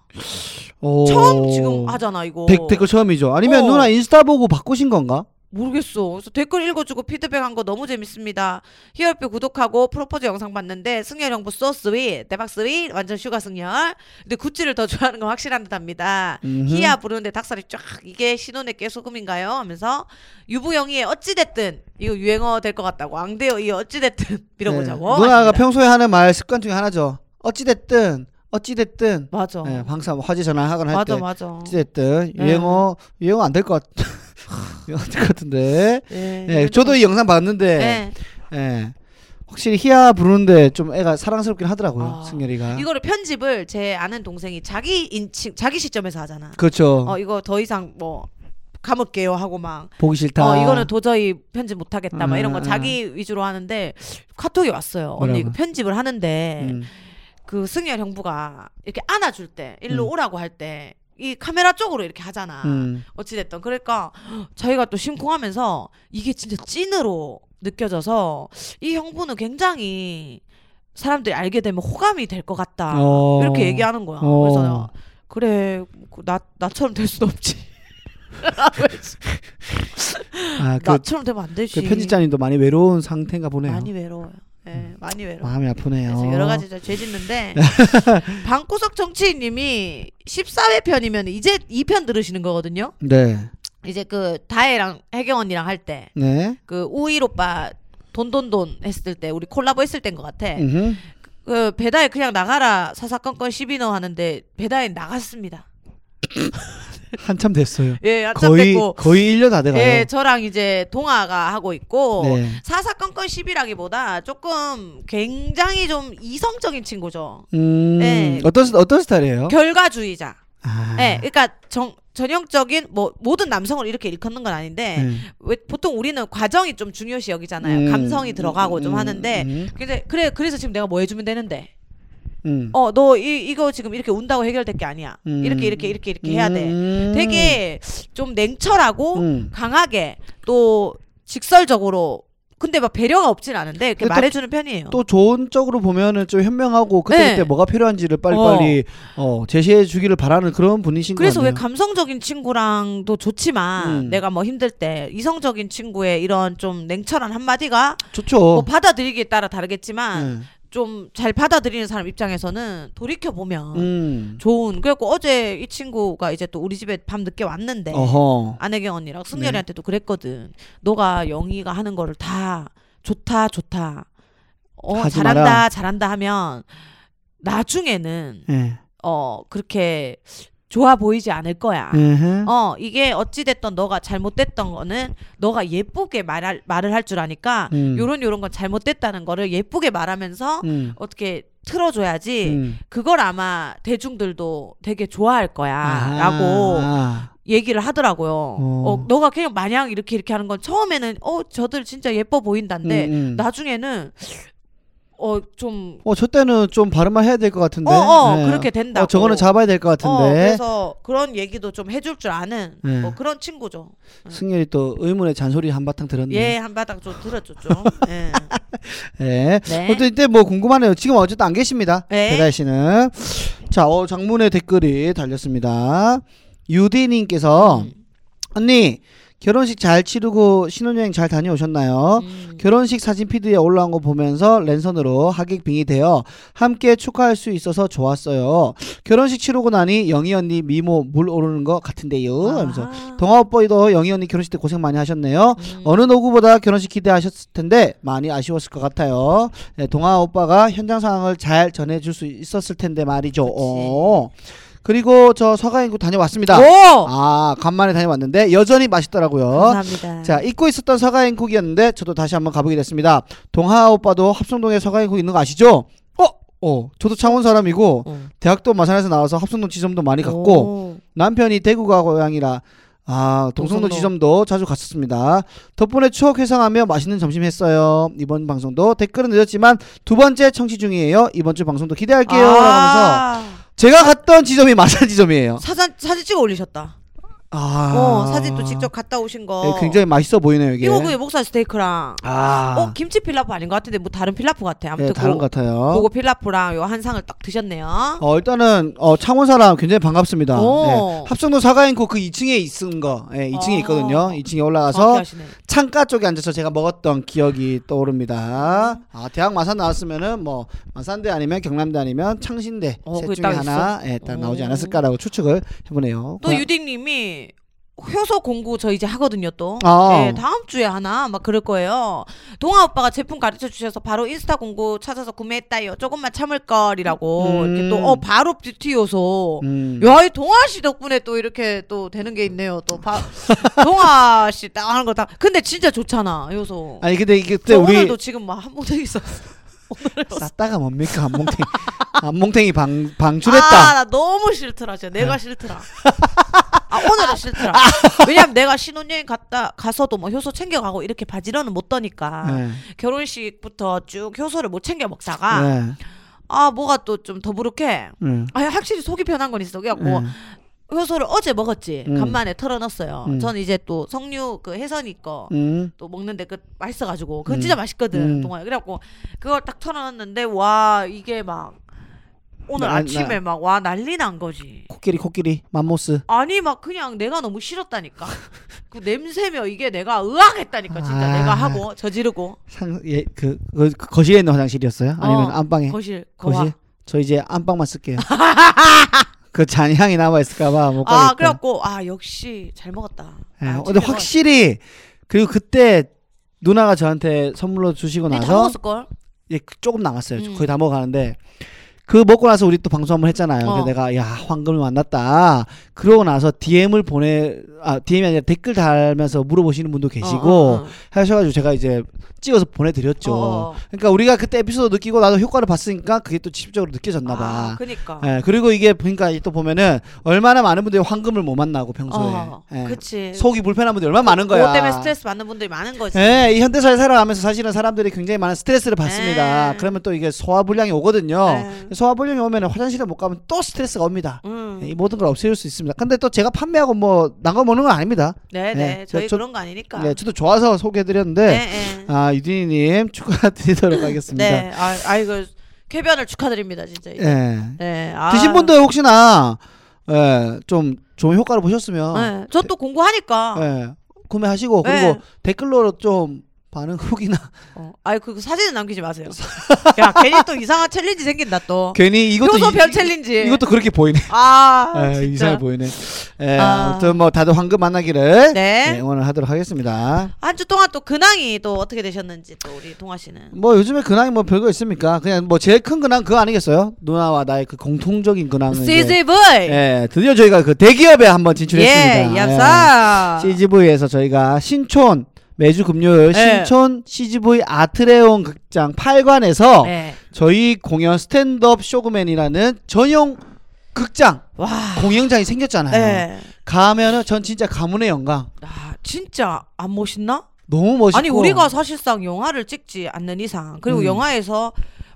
[SPEAKER 2] 어...
[SPEAKER 1] 처음 지금 하잖아 이거.
[SPEAKER 2] 댓- 댓글 처음이죠. 아니면
[SPEAKER 1] 어.
[SPEAKER 2] 누나 인스타 보고 바꾸신 건가?
[SPEAKER 1] 모르겠어. 그래서 댓글 읽어주고 피드백한 거 너무 재밌습니다. 히어로뼈 구독하고 프로포즈 영상 봤는데 승열 형부 소 스윗 대박 스윗 완전 슈가 승열. 근데 구찌를 더 좋아하는 건 확실한 듯합니다.
[SPEAKER 2] 음흠.
[SPEAKER 1] 히야 부르는데 닭살이 쫙 이게 신혼의 깨소금인가요? 하면서 유부영이의 어찌됐든 이거 유행어 될 것 같다고 앙대요 이 어찌됐든 (laughs) 밀어보자고.
[SPEAKER 2] 네. 누나가
[SPEAKER 1] 하십니다.
[SPEAKER 2] 평소에 하는 말 습관 중에 하나죠. 어찌 됐든 어찌 됐든
[SPEAKER 1] 맞아.
[SPEAKER 2] 네, 항상 화제 전환하거나 할
[SPEAKER 1] 맞아
[SPEAKER 2] 때
[SPEAKER 1] 맞아.
[SPEAKER 2] 어찌 됐든
[SPEAKER 1] 네.
[SPEAKER 2] 유행어 유행어 안 될 것 같. (laughs) 유행어 안 될 것 같은데.
[SPEAKER 1] 네.
[SPEAKER 2] 네, 저도 이 영상 봤는데
[SPEAKER 1] 네.
[SPEAKER 2] 예. 확실히 희야 부르는데 좀 애가 사랑스럽긴 하더라고요.
[SPEAKER 1] 아,
[SPEAKER 2] 승열이가.
[SPEAKER 1] 이거를 편집을 제 아는 동생이 자기 인칭 자기 시점에서 하잖아.
[SPEAKER 2] 그렇죠.
[SPEAKER 1] 어 이거 더 이상 뭐 감을게요 하고 막
[SPEAKER 2] 보기 싫다.
[SPEAKER 1] 어, 이거는 도저히 편집 못하겠다 막
[SPEAKER 2] 음,
[SPEAKER 1] 이런 거
[SPEAKER 2] 음.
[SPEAKER 1] 자기 위주로 하는데 카톡이 왔어요. 언니 이거
[SPEAKER 2] 뭐라고요?
[SPEAKER 1] 편집을 하는데
[SPEAKER 2] 음.
[SPEAKER 1] 그 승열 형부가 이렇게 안아줄 때 일로
[SPEAKER 2] 음.
[SPEAKER 1] 오라고 할 때 이 카메라 쪽으로 이렇게 하잖아.
[SPEAKER 2] 음.
[SPEAKER 1] 어찌됐든 그러니까 자기가 또 심쿵하면서 이게 진짜 찐으로 느껴져서 이 형부는 굉장히 사람들이 알게 되면 호감이 될 것 같다
[SPEAKER 2] 어.
[SPEAKER 1] 아. 이렇게 얘기하는 거야.
[SPEAKER 2] 어.
[SPEAKER 1] 그래서 내가 그래 그 나 나처럼 될 수는 없지.
[SPEAKER 2] 아, 그,
[SPEAKER 1] 나처럼 되면 안 되지.
[SPEAKER 2] 그 편집자님도 많이 외로운 상태인가 보네요.
[SPEAKER 1] 많이 외로워요. 예, 많이 외로워.
[SPEAKER 2] 마음이 아프네요.
[SPEAKER 1] 그래서 여러 가지 죄
[SPEAKER 2] (laughs)
[SPEAKER 1] 짓는데 방구석 정치인님이 14회 편이면 이제 2편 들으시는 거거든요.
[SPEAKER 2] 네.
[SPEAKER 1] 이제 그 다혜랑 혜경 언니랑 할 때 그
[SPEAKER 2] 네.
[SPEAKER 1] 우일 오빠 돈돈돈 했을 때 우리 콜라보 했을 때인 것 같아.
[SPEAKER 2] 음흠.
[SPEAKER 1] 그 배다혜 그냥 나가라 사사건건 시비너 하는데 배다혜 나갔습니다.
[SPEAKER 2] 한참 됐어요.
[SPEAKER 1] 예, 한참
[SPEAKER 2] 거의
[SPEAKER 1] 됐고
[SPEAKER 2] 거의 1년 다 돼가요.
[SPEAKER 1] 예, 저랑 이제 동아가 하고 있고
[SPEAKER 2] 네.
[SPEAKER 1] 사사건건 시비라기보다 조금 굉장히 좀 이성적인 친구죠.
[SPEAKER 2] 음.
[SPEAKER 1] 네.
[SPEAKER 2] 어떤 스- 어떤 스타일이에요?
[SPEAKER 1] 결과주의자.
[SPEAKER 2] 아.
[SPEAKER 1] 예, 그러니까 정 전형적인 뭐 모든 남성을 이렇게 일컫는 건 아닌데
[SPEAKER 2] 네.
[SPEAKER 1] 왜 보통 우리는 과정이 좀 중요시 여기잖아요.
[SPEAKER 2] 음.
[SPEAKER 1] 감성이 들어가고 좀
[SPEAKER 2] 음,
[SPEAKER 1] 하는데
[SPEAKER 2] 음,
[SPEAKER 1] 근데 그래 그래서 지금 내가 뭐 해주면 되는데
[SPEAKER 2] 음.
[SPEAKER 1] 어 너 이 이거 지금 이렇게 운다고 해결될 게 아니야.
[SPEAKER 2] 음.
[SPEAKER 1] 이렇게 이렇게 이렇게 이렇게 해야 돼.
[SPEAKER 2] 음.
[SPEAKER 1] 되게 좀 냉철하고
[SPEAKER 2] 음.
[SPEAKER 1] 강하게 또 직설적으로 근데 막 배려가 없진 않은데 이렇게
[SPEAKER 2] 근데 또-
[SPEAKER 1] 말해주는 편이에요.
[SPEAKER 2] 또 좋은 쪽으로 보면은 좀 현명하고 그때그때
[SPEAKER 1] 네.
[SPEAKER 2] 뭐가 필요한지를 빨리빨리 어, 제시해 주기를 바라는 그런 분이신
[SPEAKER 1] 그래서
[SPEAKER 2] 것
[SPEAKER 1] 왜
[SPEAKER 2] 같네요.
[SPEAKER 1] 감성적인 친구랑도 좋지만
[SPEAKER 2] 음.
[SPEAKER 1] 내가 뭐 힘들 때 이성적인 친구의 이런 좀 냉철한 한마디가
[SPEAKER 2] 좋죠.
[SPEAKER 1] 뭐 받아들이기에 따라 다르겠지만
[SPEAKER 2] 어. 네.
[SPEAKER 1] 좀 잘 받아들이는 사람 입장에서는 돌이켜 보면
[SPEAKER 2] 음.
[SPEAKER 1] 좋은 그래갖고 어제 이 친구가 이제 또 우리 집에 밤 늦게 왔는데
[SPEAKER 2] 어허.
[SPEAKER 1] 안혜경
[SPEAKER 2] 네.
[SPEAKER 1] 언니랑 승열이한테도 그랬거든 너가 영희가 하는 거를 다 좋다 좋다 어
[SPEAKER 2] 하지
[SPEAKER 1] 잘한다
[SPEAKER 2] 마라.
[SPEAKER 1] 잘한다 하면 나중에는
[SPEAKER 2] 예.
[SPEAKER 1] 어 그렇게 좋아 보이지 않을 거야
[SPEAKER 2] 음흠.
[SPEAKER 1] 어 이게 어찌 됐던 너가 잘못됐던 거는 너가 예쁘게 말할 말을 할 줄 아니까
[SPEAKER 2] 음.
[SPEAKER 1] 요런 요런 건 잘못됐다는 거를 예쁘게 말하면서
[SPEAKER 2] 음.
[SPEAKER 1] 어떻게 틀어줘야지
[SPEAKER 2] 음.
[SPEAKER 1] 그걸 아마 대중들도 되게 좋아할
[SPEAKER 2] 아.
[SPEAKER 1] 거야라고
[SPEAKER 2] 아.
[SPEAKER 1] 얘기를 하더라고요.
[SPEAKER 2] 어.
[SPEAKER 1] 어, 너가 그냥 마냥 이렇게 이렇게 하는 건 처음에는 어 저들 진짜 예뻐 보인다는데
[SPEAKER 2] 음, 음.
[SPEAKER 1] 나중에는 어 좀
[SPEAKER 2] 어, 저 때는 좀 발음만 해야 될 것 같은데.
[SPEAKER 1] 어 어
[SPEAKER 2] 예.
[SPEAKER 1] 그렇게 된다고.
[SPEAKER 2] 어, 저거는 잡아야 될 것
[SPEAKER 1] 어,
[SPEAKER 2] 같은데.
[SPEAKER 1] 그래서 그런 얘기도 좀 해줄 줄 아는
[SPEAKER 2] 네.
[SPEAKER 1] 뭐 그런 친구죠.
[SPEAKER 2] 승열이 또 의문의 잔소리 한바탕 들었네.
[SPEAKER 1] 예 한바닥 좀 들어줬죠.
[SPEAKER 2] (laughs)
[SPEAKER 1] 예.
[SPEAKER 2] 예.
[SPEAKER 1] 네.
[SPEAKER 2] 어쨌든 이때 뭐 궁금하네요. 지금 어쨌든 안 계십니다.
[SPEAKER 1] 네.
[SPEAKER 2] 배다혜 씨는. 자, 어, 장문의 댓글이 달렸습니다. 유디님께서
[SPEAKER 1] 음,
[SPEAKER 2] 언니 결혼식 잘 치르고 신혼여행 잘 다녀오셨나요?
[SPEAKER 1] 음.
[SPEAKER 2] 결혼식 사진 피드에 올라온 거 보면서 랜선으로 하객빙이 되어 함께 축하할 수 있어서 좋았어요. 결혼식 치르고 나니 영희 언니 미모 물 오르는 것 같은데요. 하면서
[SPEAKER 1] 아하.
[SPEAKER 2] 동아 오빠도 영희 언니 결혼식 때 고생 많이 하셨네요.
[SPEAKER 1] 음.
[SPEAKER 2] 어느 노구보다 결혼식 기대하셨을 텐데 많이 아쉬웠을 것 같아요. 네, 동아 오빠가 현장 상황을 잘 전해줄 수 있었을 텐데 말이죠.
[SPEAKER 1] 그치.
[SPEAKER 2] 어. 그리고 저 서가인구 다녀왔습니다.
[SPEAKER 1] 오!
[SPEAKER 2] 아 간만에 다녀왔는데 여전히 맛있더라고요.
[SPEAKER 1] 감사합니다.
[SPEAKER 2] 자 잊고 있었던 서가인국이었는데 저도 다시 한번 가보게 됐습니다. 동하 오빠도 합성동에 서가인국 있는 거 아시죠? 어, 어, 저도 창원 사람이고
[SPEAKER 1] 어.
[SPEAKER 2] 대학도 마산에서 나와서 합성동 지점도 많이 갔고
[SPEAKER 1] 오.
[SPEAKER 2] 남편이 대구가 고향이라 아 동성로
[SPEAKER 1] 동성로.
[SPEAKER 2] 지점도 자주 갔었습니다. 덕분에 추억 회상하며 맛있는 점심 했어요. 이번 방송도 댓글은 늦었지만 두 번째 청취 중이에요. 이번 주 방송도 기대할게요. 하면서
[SPEAKER 1] 아.
[SPEAKER 2] 제가 갔던 지점이 마산 지점이에요.
[SPEAKER 1] 사진 사진 찍어 올리셨다.
[SPEAKER 2] 아.
[SPEAKER 1] 어, 사진도 직접 갔다 오신 거.
[SPEAKER 2] 네, 굉장히 맛있어 보이네요 이게.
[SPEAKER 1] 이거 그 목살 스테이크랑.
[SPEAKER 2] 아.
[SPEAKER 1] 어, 김치 필라프 아닌 것 같은데 뭐 다른 필라프 같아. 아무튼
[SPEAKER 2] 네, 다른
[SPEAKER 1] 고,
[SPEAKER 2] 것 같아요.
[SPEAKER 1] 그거 필라프랑 요 한 상을 딱 드셨네요.
[SPEAKER 2] 어, 일단은 어, 창원 사람 굉장히 반갑습니다.
[SPEAKER 1] 오.
[SPEAKER 2] 예, 합성동 사가인코 그 2층에 있은 거, 예, 2층에
[SPEAKER 1] 어.
[SPEAKER 2] 있거든요. 2층에
[SPEAKER 1] 정확히
[SPEAKER 2] 올라가서
[SPEAKER 1] 하시네.
[SPEAKER 2] 창가 쪽에 앉아서 제가 먹었던 기억이 떠오릅니다. 아, 대학 마산 나왔으면은 뭐 마산대 아니면 경남대 아니면 창신대
[SPEAKER 1] 어,
[SPEAKER 2] 셋
[SPEAKER 1] 그게
[SPEAKER 2] 중에
[SPEAKER 1] 딱
[SPEAKER 2] 하나 예, 딱 나오지
[SPEAKER 1] 오.
[SPEAKER 2] 않았을까라고 추측을 해보네요.
[SPEAKER 1] 또
[SPEAKER 2] 고양-
[SPEAKER 1] 유딩님이 효소 공구 저 이제 하거든요 또.
[SPEAKER 2] 아.
[SPEAKER 1] 네, 다음 주에 하나 막 그럴 거예요. 동아 오빠가 제품 가르쳐 주셔서 바로 인스타 공구 찾아서 구매했다요. 조금만 참을 걸이라고
[SPEAKER 2] 음.
[SPEAKER 1] 이렇게 또 어 바로 뷰티 요소.
[SPEAKER 2] 음.
[SPEAKER 1] 야, 이 동아 씨 덕분에 또 이렇게 또 되는 게 있네요. 또 바, (laughs) 동아 씨 딱 하는 거 다. 근데 진짜 좋잖아, 요소.
[SPEAKER 2] 아니 근데 이게 그때
[SPEAKER 1] 저
[SPEAKER 2] 우리
[SPEAKER 1] 오늘도 지금 막 한 뭉텅이 있었어. 오늘
[SPEAKER 2] 쌌다가 뭡니까 안몽탱이 (laughs) 안몽탱이 방 방출했다. 네.
[SPEAKER 1] 아, 나 너무 싫더라. 진짜 내가 싫더라. 아,
[SPEAKER 2] (laughs)
[SPEAKER 1] 오늘은 싫더라. 왜냐면 내가 신혼여행 갔다 가서도 뭐 효소 챙겨 가고 이렇게 바지런은 못 떠니까
[SPEAKER 2] 예,
[SPEAKER 1] 결혼식부터 쭉 효소를 못 챙겨 먹다가
[SPEAKER 2] 예,
[SPEAKER 1] 아, 뭐가 또 좀 더부룩해.
[SPEAKER 2] 예,
[SPEAKER 1] 아, 확실히 속이 편한 건 있어. 그냥 뭐
[SPEAKER 2] 예.
[SPEAKER 1] 효소를 어제 먹었지.
[SPEAKER 2] 음.
[SPEAKER 1] 간만에 털어놨어요.
[SPEAKER 2] 음.
[SPEAKER 1] 전 이제 또 석류 그 해선이 거.
[SPEAKER 2] 음.
[SPEAKER 1] 또 먹는데 그 맛있어가지고 그건
[SPEAKER 2] 음.
[SPEAKER 1] 진짜 맛있거든
[SPEAKER 2] 음.
[SPEAKER 1] 동아야 그래갖고 그걸 딱 털어놨는데 와 이게 막 오늘
[SPEAKER 2] 나-
[SPEAKER 1] 아침에
[SPEAKER 2] 나-
[SPEAKER 1] 막 와 난리 난 거지
[SPEAKER 2] 코끼리 코끼리 맘모스
[SPEAKER 1] 아니 막 그냥 내가 너무 싫었다니까 그 냄새며 이게 내가 의악했다니까 진짜
[SPEAKER 2] 아.
[SPEAKER 1] 내가 하고 저지르고
[SPEAKER 2] 상예그 그, 그 거실에 있는 화장실이었어요? 아니면
[SPEAKER 1] 어,
[SPEAKER 2] 안방에
[SPEAKER 1] 거실 거실
[SPEAKER 2] 네. 거실? 저 이제
[SPEAKER 1] (laughs)
[SPEAKER 2] 안방만 쓸게요. 그 잔향이 남아 있을까봐 못 가겠다.
[SPEAKER 1] 아 그래갖고 아 역시 잘 먹었다
[SPEAKER 2] 예,
[SPEAKER 1] 아,
[SPEAKER 2] 근데
[SPEAKER 1] 진짜
[SPEAKER 2] 확실히 그리고 그때 누나가 저한테 선물로 주시고
[SPEAKER 1] 먹었다. 근데 네, 다
[SPEAKER 2] 나서
[SPEAKER 1] 먹었을걸
[SPEAKER 2] 예, 조금 남았어요.
[SPEAKER 1] 음.
[SPEAKER 2] 거의 다 먹어가는데 그 먹고 나서 우리 또 방송 한번 했잖아요.
[SPEAKER 1] 어.
[SPEAKER 2] 그래서 내가 야 황금을 만났다. 그러고 나서 DM을 보내 아 DM이 아니라 댓글 달면서 물어보시는 분도 계시고
[SPEAKER 1] 어, 어, 어.
[SPEAKER 2] 하셔가지고 제가 이제 찍어서 보내드렸죠.
[SPEAKER 1] 어, 어.
[SPEAKER 2] 그러니까 우리가 그때 에피소드 느끼고 나도 효과를 봤으니까 그게 또 직접적으로 느껴졌나봐.
[SPEAKER 1] 아, 그니까
[SPEAKER 2] 예, 그리고 이게 그러니까 또 보면은 얼마나 많은 분들이 황금을 못 만나고 평소에
[SPEAKER 1] 어,
[SPEAKER 2] 예.
[SPEAKER 1] 그치
[SPEAKER 2] 속이 불편한 분들이 얼마나 많은 거야.
[SPEAKER 1] 그것 때문에 스트레스 받는 분들이 많은 거지
[SPEAKER 2] 예, 이 현대사회 살아가면서 사실은 사람들이 굉장히 많은 스트레스를 받습니다.
[SPEAKER 1] 예.
[SPEAKER 2] 그러면 또 이게 소화불량이 오거든요.
[SPEAKER 1] 예.
[SPEAKER 2] 소화불량이 오면 화장실에 못 가면 또 스트레스가 옵니다.
[SPEAKER 1] 음.
[SPEAKER 2] 예, 이 모든 걸 없앨 수 있습니다. 근데 또 제가 판매하고 뭐 난거 먹는 건 아닙니다.
[SPEAKER 1] 네네
[SPEAKER 2] 네,
[SPEAKER 1] 저희
[SPEAKER 2] 저-
[SPEAKER 1] 그런 거 아니니까
[SPEAKER 2] 예, 저도 좋아서 소개해드렸는데
[SPEAKER 1] 그러니까. 네, 네.
[SPEAKER 2] 아 유진이님
[SPEAKER 1] (laughs)
[SPEAKER 2] 축하드리도록 하겠습니다.
[SPEAKER 1] 네. 아, 아 이거 쾌변을 축하드립니다 진짜 네,
[SPEAKER 2] 예.
[SPEAKER 1] 아.
[SPEAKER 2] 드신 분들 혹시나 예, 좀 좋은 효과를 보셨으면
[SPEAKER 1] 네, 저또 공부하니까
[SPEAKER 2] 어. 예, 구매하시고 그리고
[SPEAKER 1] 아. 네.
[SPEAKER 2] 댓글로 좀 반응 후기나
[SPEAKER 1] 어. 아이 그 사진은 남기지
[SPEAKER 2] (laughs)
[SPEAKER 1] 마세요 야 괜히 또 이상한 챌린지 생긴다 또
[SPEAKER 2] 괜히 그, 이것도
[SPEAKER 1] 효소
[SPEAKER 2] 이-
[SPEAKER 1] 별 챌린지
[SPEAKER 2] 이것도 그렇게 보이네.
[SPEAKER 1] 아
[SPEAKER 2] 예,
[SPEAKER 1] 진짜
[SPEAKER 2] 이상해 보이네. 예,
[SPEAKER 1] 아.
[SPEAKER 2] 아무튼 뭐 다들 황금 만나기를
[SPEAKER 1] 네.
[SPEAKER 2] 예, 응원을 하도록 하겠습니다.
[SPEAKER 1] 한 주 동안 또 근황이 또 어떻게 되셨는지 또 우리 동아 씨는
[SPEAKER 2] 뭐 요즘에 근황이 뭐 별거 있습니까? 그냥 뭐 제일 큰 근황 그거 아니겠어요? 누나와 나의 그 공통적인 근황은 이제,
[SPEAKER 1] CGV
[SPEAKER 2] 예, 드디어 저희가 그 대기업에 한번
[SPEAKER 1] 예
[SPEAKER 2] 진출했습니다. 예.
[SPEAKER 1] 얍사
[SPEAKER 2] CGV에서 저희가 신촌 매주 금요일
[SPEAKER 1] 네.
[SPEAKER 2] 신촌 CGV 아트레온 극장 8관에서
[SPEAKER 1] 네.
[SPEAKER 2] 저희 공연 스탠드업 쇼그맨이라는 전용 극장
[SPEAKER 1] 와
[SPEAKER 2] 공연장이 생겼잖아요.
[SPEAKER 1] 네.
[SPEAKER 2] 가면은 전 진짜 가문의 영광.
[SPEAKER 1] 아, 진짜 안 멋있나?
[SPEAKER 2] 너무 멋있고
[SPEAKER 1] 아니 우리가 사실상 영화를 찍지 않는 이상 그리고
[SPEAKER 2] 음.
[SPEAKER 1] 영화에서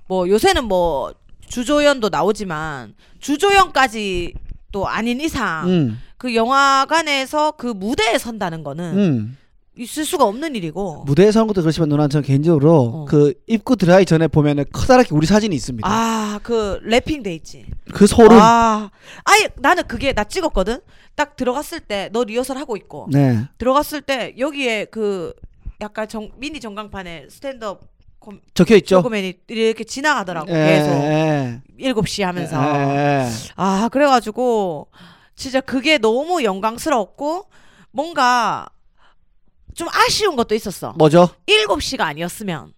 [SPEAKER 1] 뭐 요새는 뭐 주조연도 나오지만 주조연까지 또 아닌 이상
[SPEAKER 2] 음,
[SPEAKER 1] 그 영화관에서 그 무대에 선다는 거는
[SPEAKER 2] 음.
[SPEAKER 1] 있을 수가 없는 일이고
[SPEAKER 2] 무대에 서는 것도 그렇지만 누나는 저 개인적으로
[SPEAKER 1] 어.
[SPEAKER 2] 그 입구 드라이 전에 보면은 커다랗게 우리 사진이 있습니다.
[SPEAKER 1] 아 그 랩핑 돼 있지
[SPEAKER 2] 그 소름.
[SPEAKER 1] 아 아예 나는 그게 나 찍었거든 딱 들어갔을 때 너 리허설 하고 있고
[SPEAKER 2] 네.
[SPEAKER 1] 들어갔을 때 여기에 그 약간 정, 미니 전광판에 스탠드업 콤-
[SPEAKER 2] 적혀 있죠.
[SPEAKER 1] 쇼그맨이 이렇게 지나가더라고
[SPEAKER 2] 예,
[SPEAKER 1] 계속
[SPEAKER 2] 예,
[SPEAKER 1] 7시 하면서
[SPEAKER 2] 예, 예.
[SPEAKER 1] 아 그래가지고 진짜 그게 너무 영광스러웠고 뭔가 좀 아쉬운 것도 있었어
[SPEAKER 2] 뭐죠?
[SPEAKER 1] 7시가 아니었으면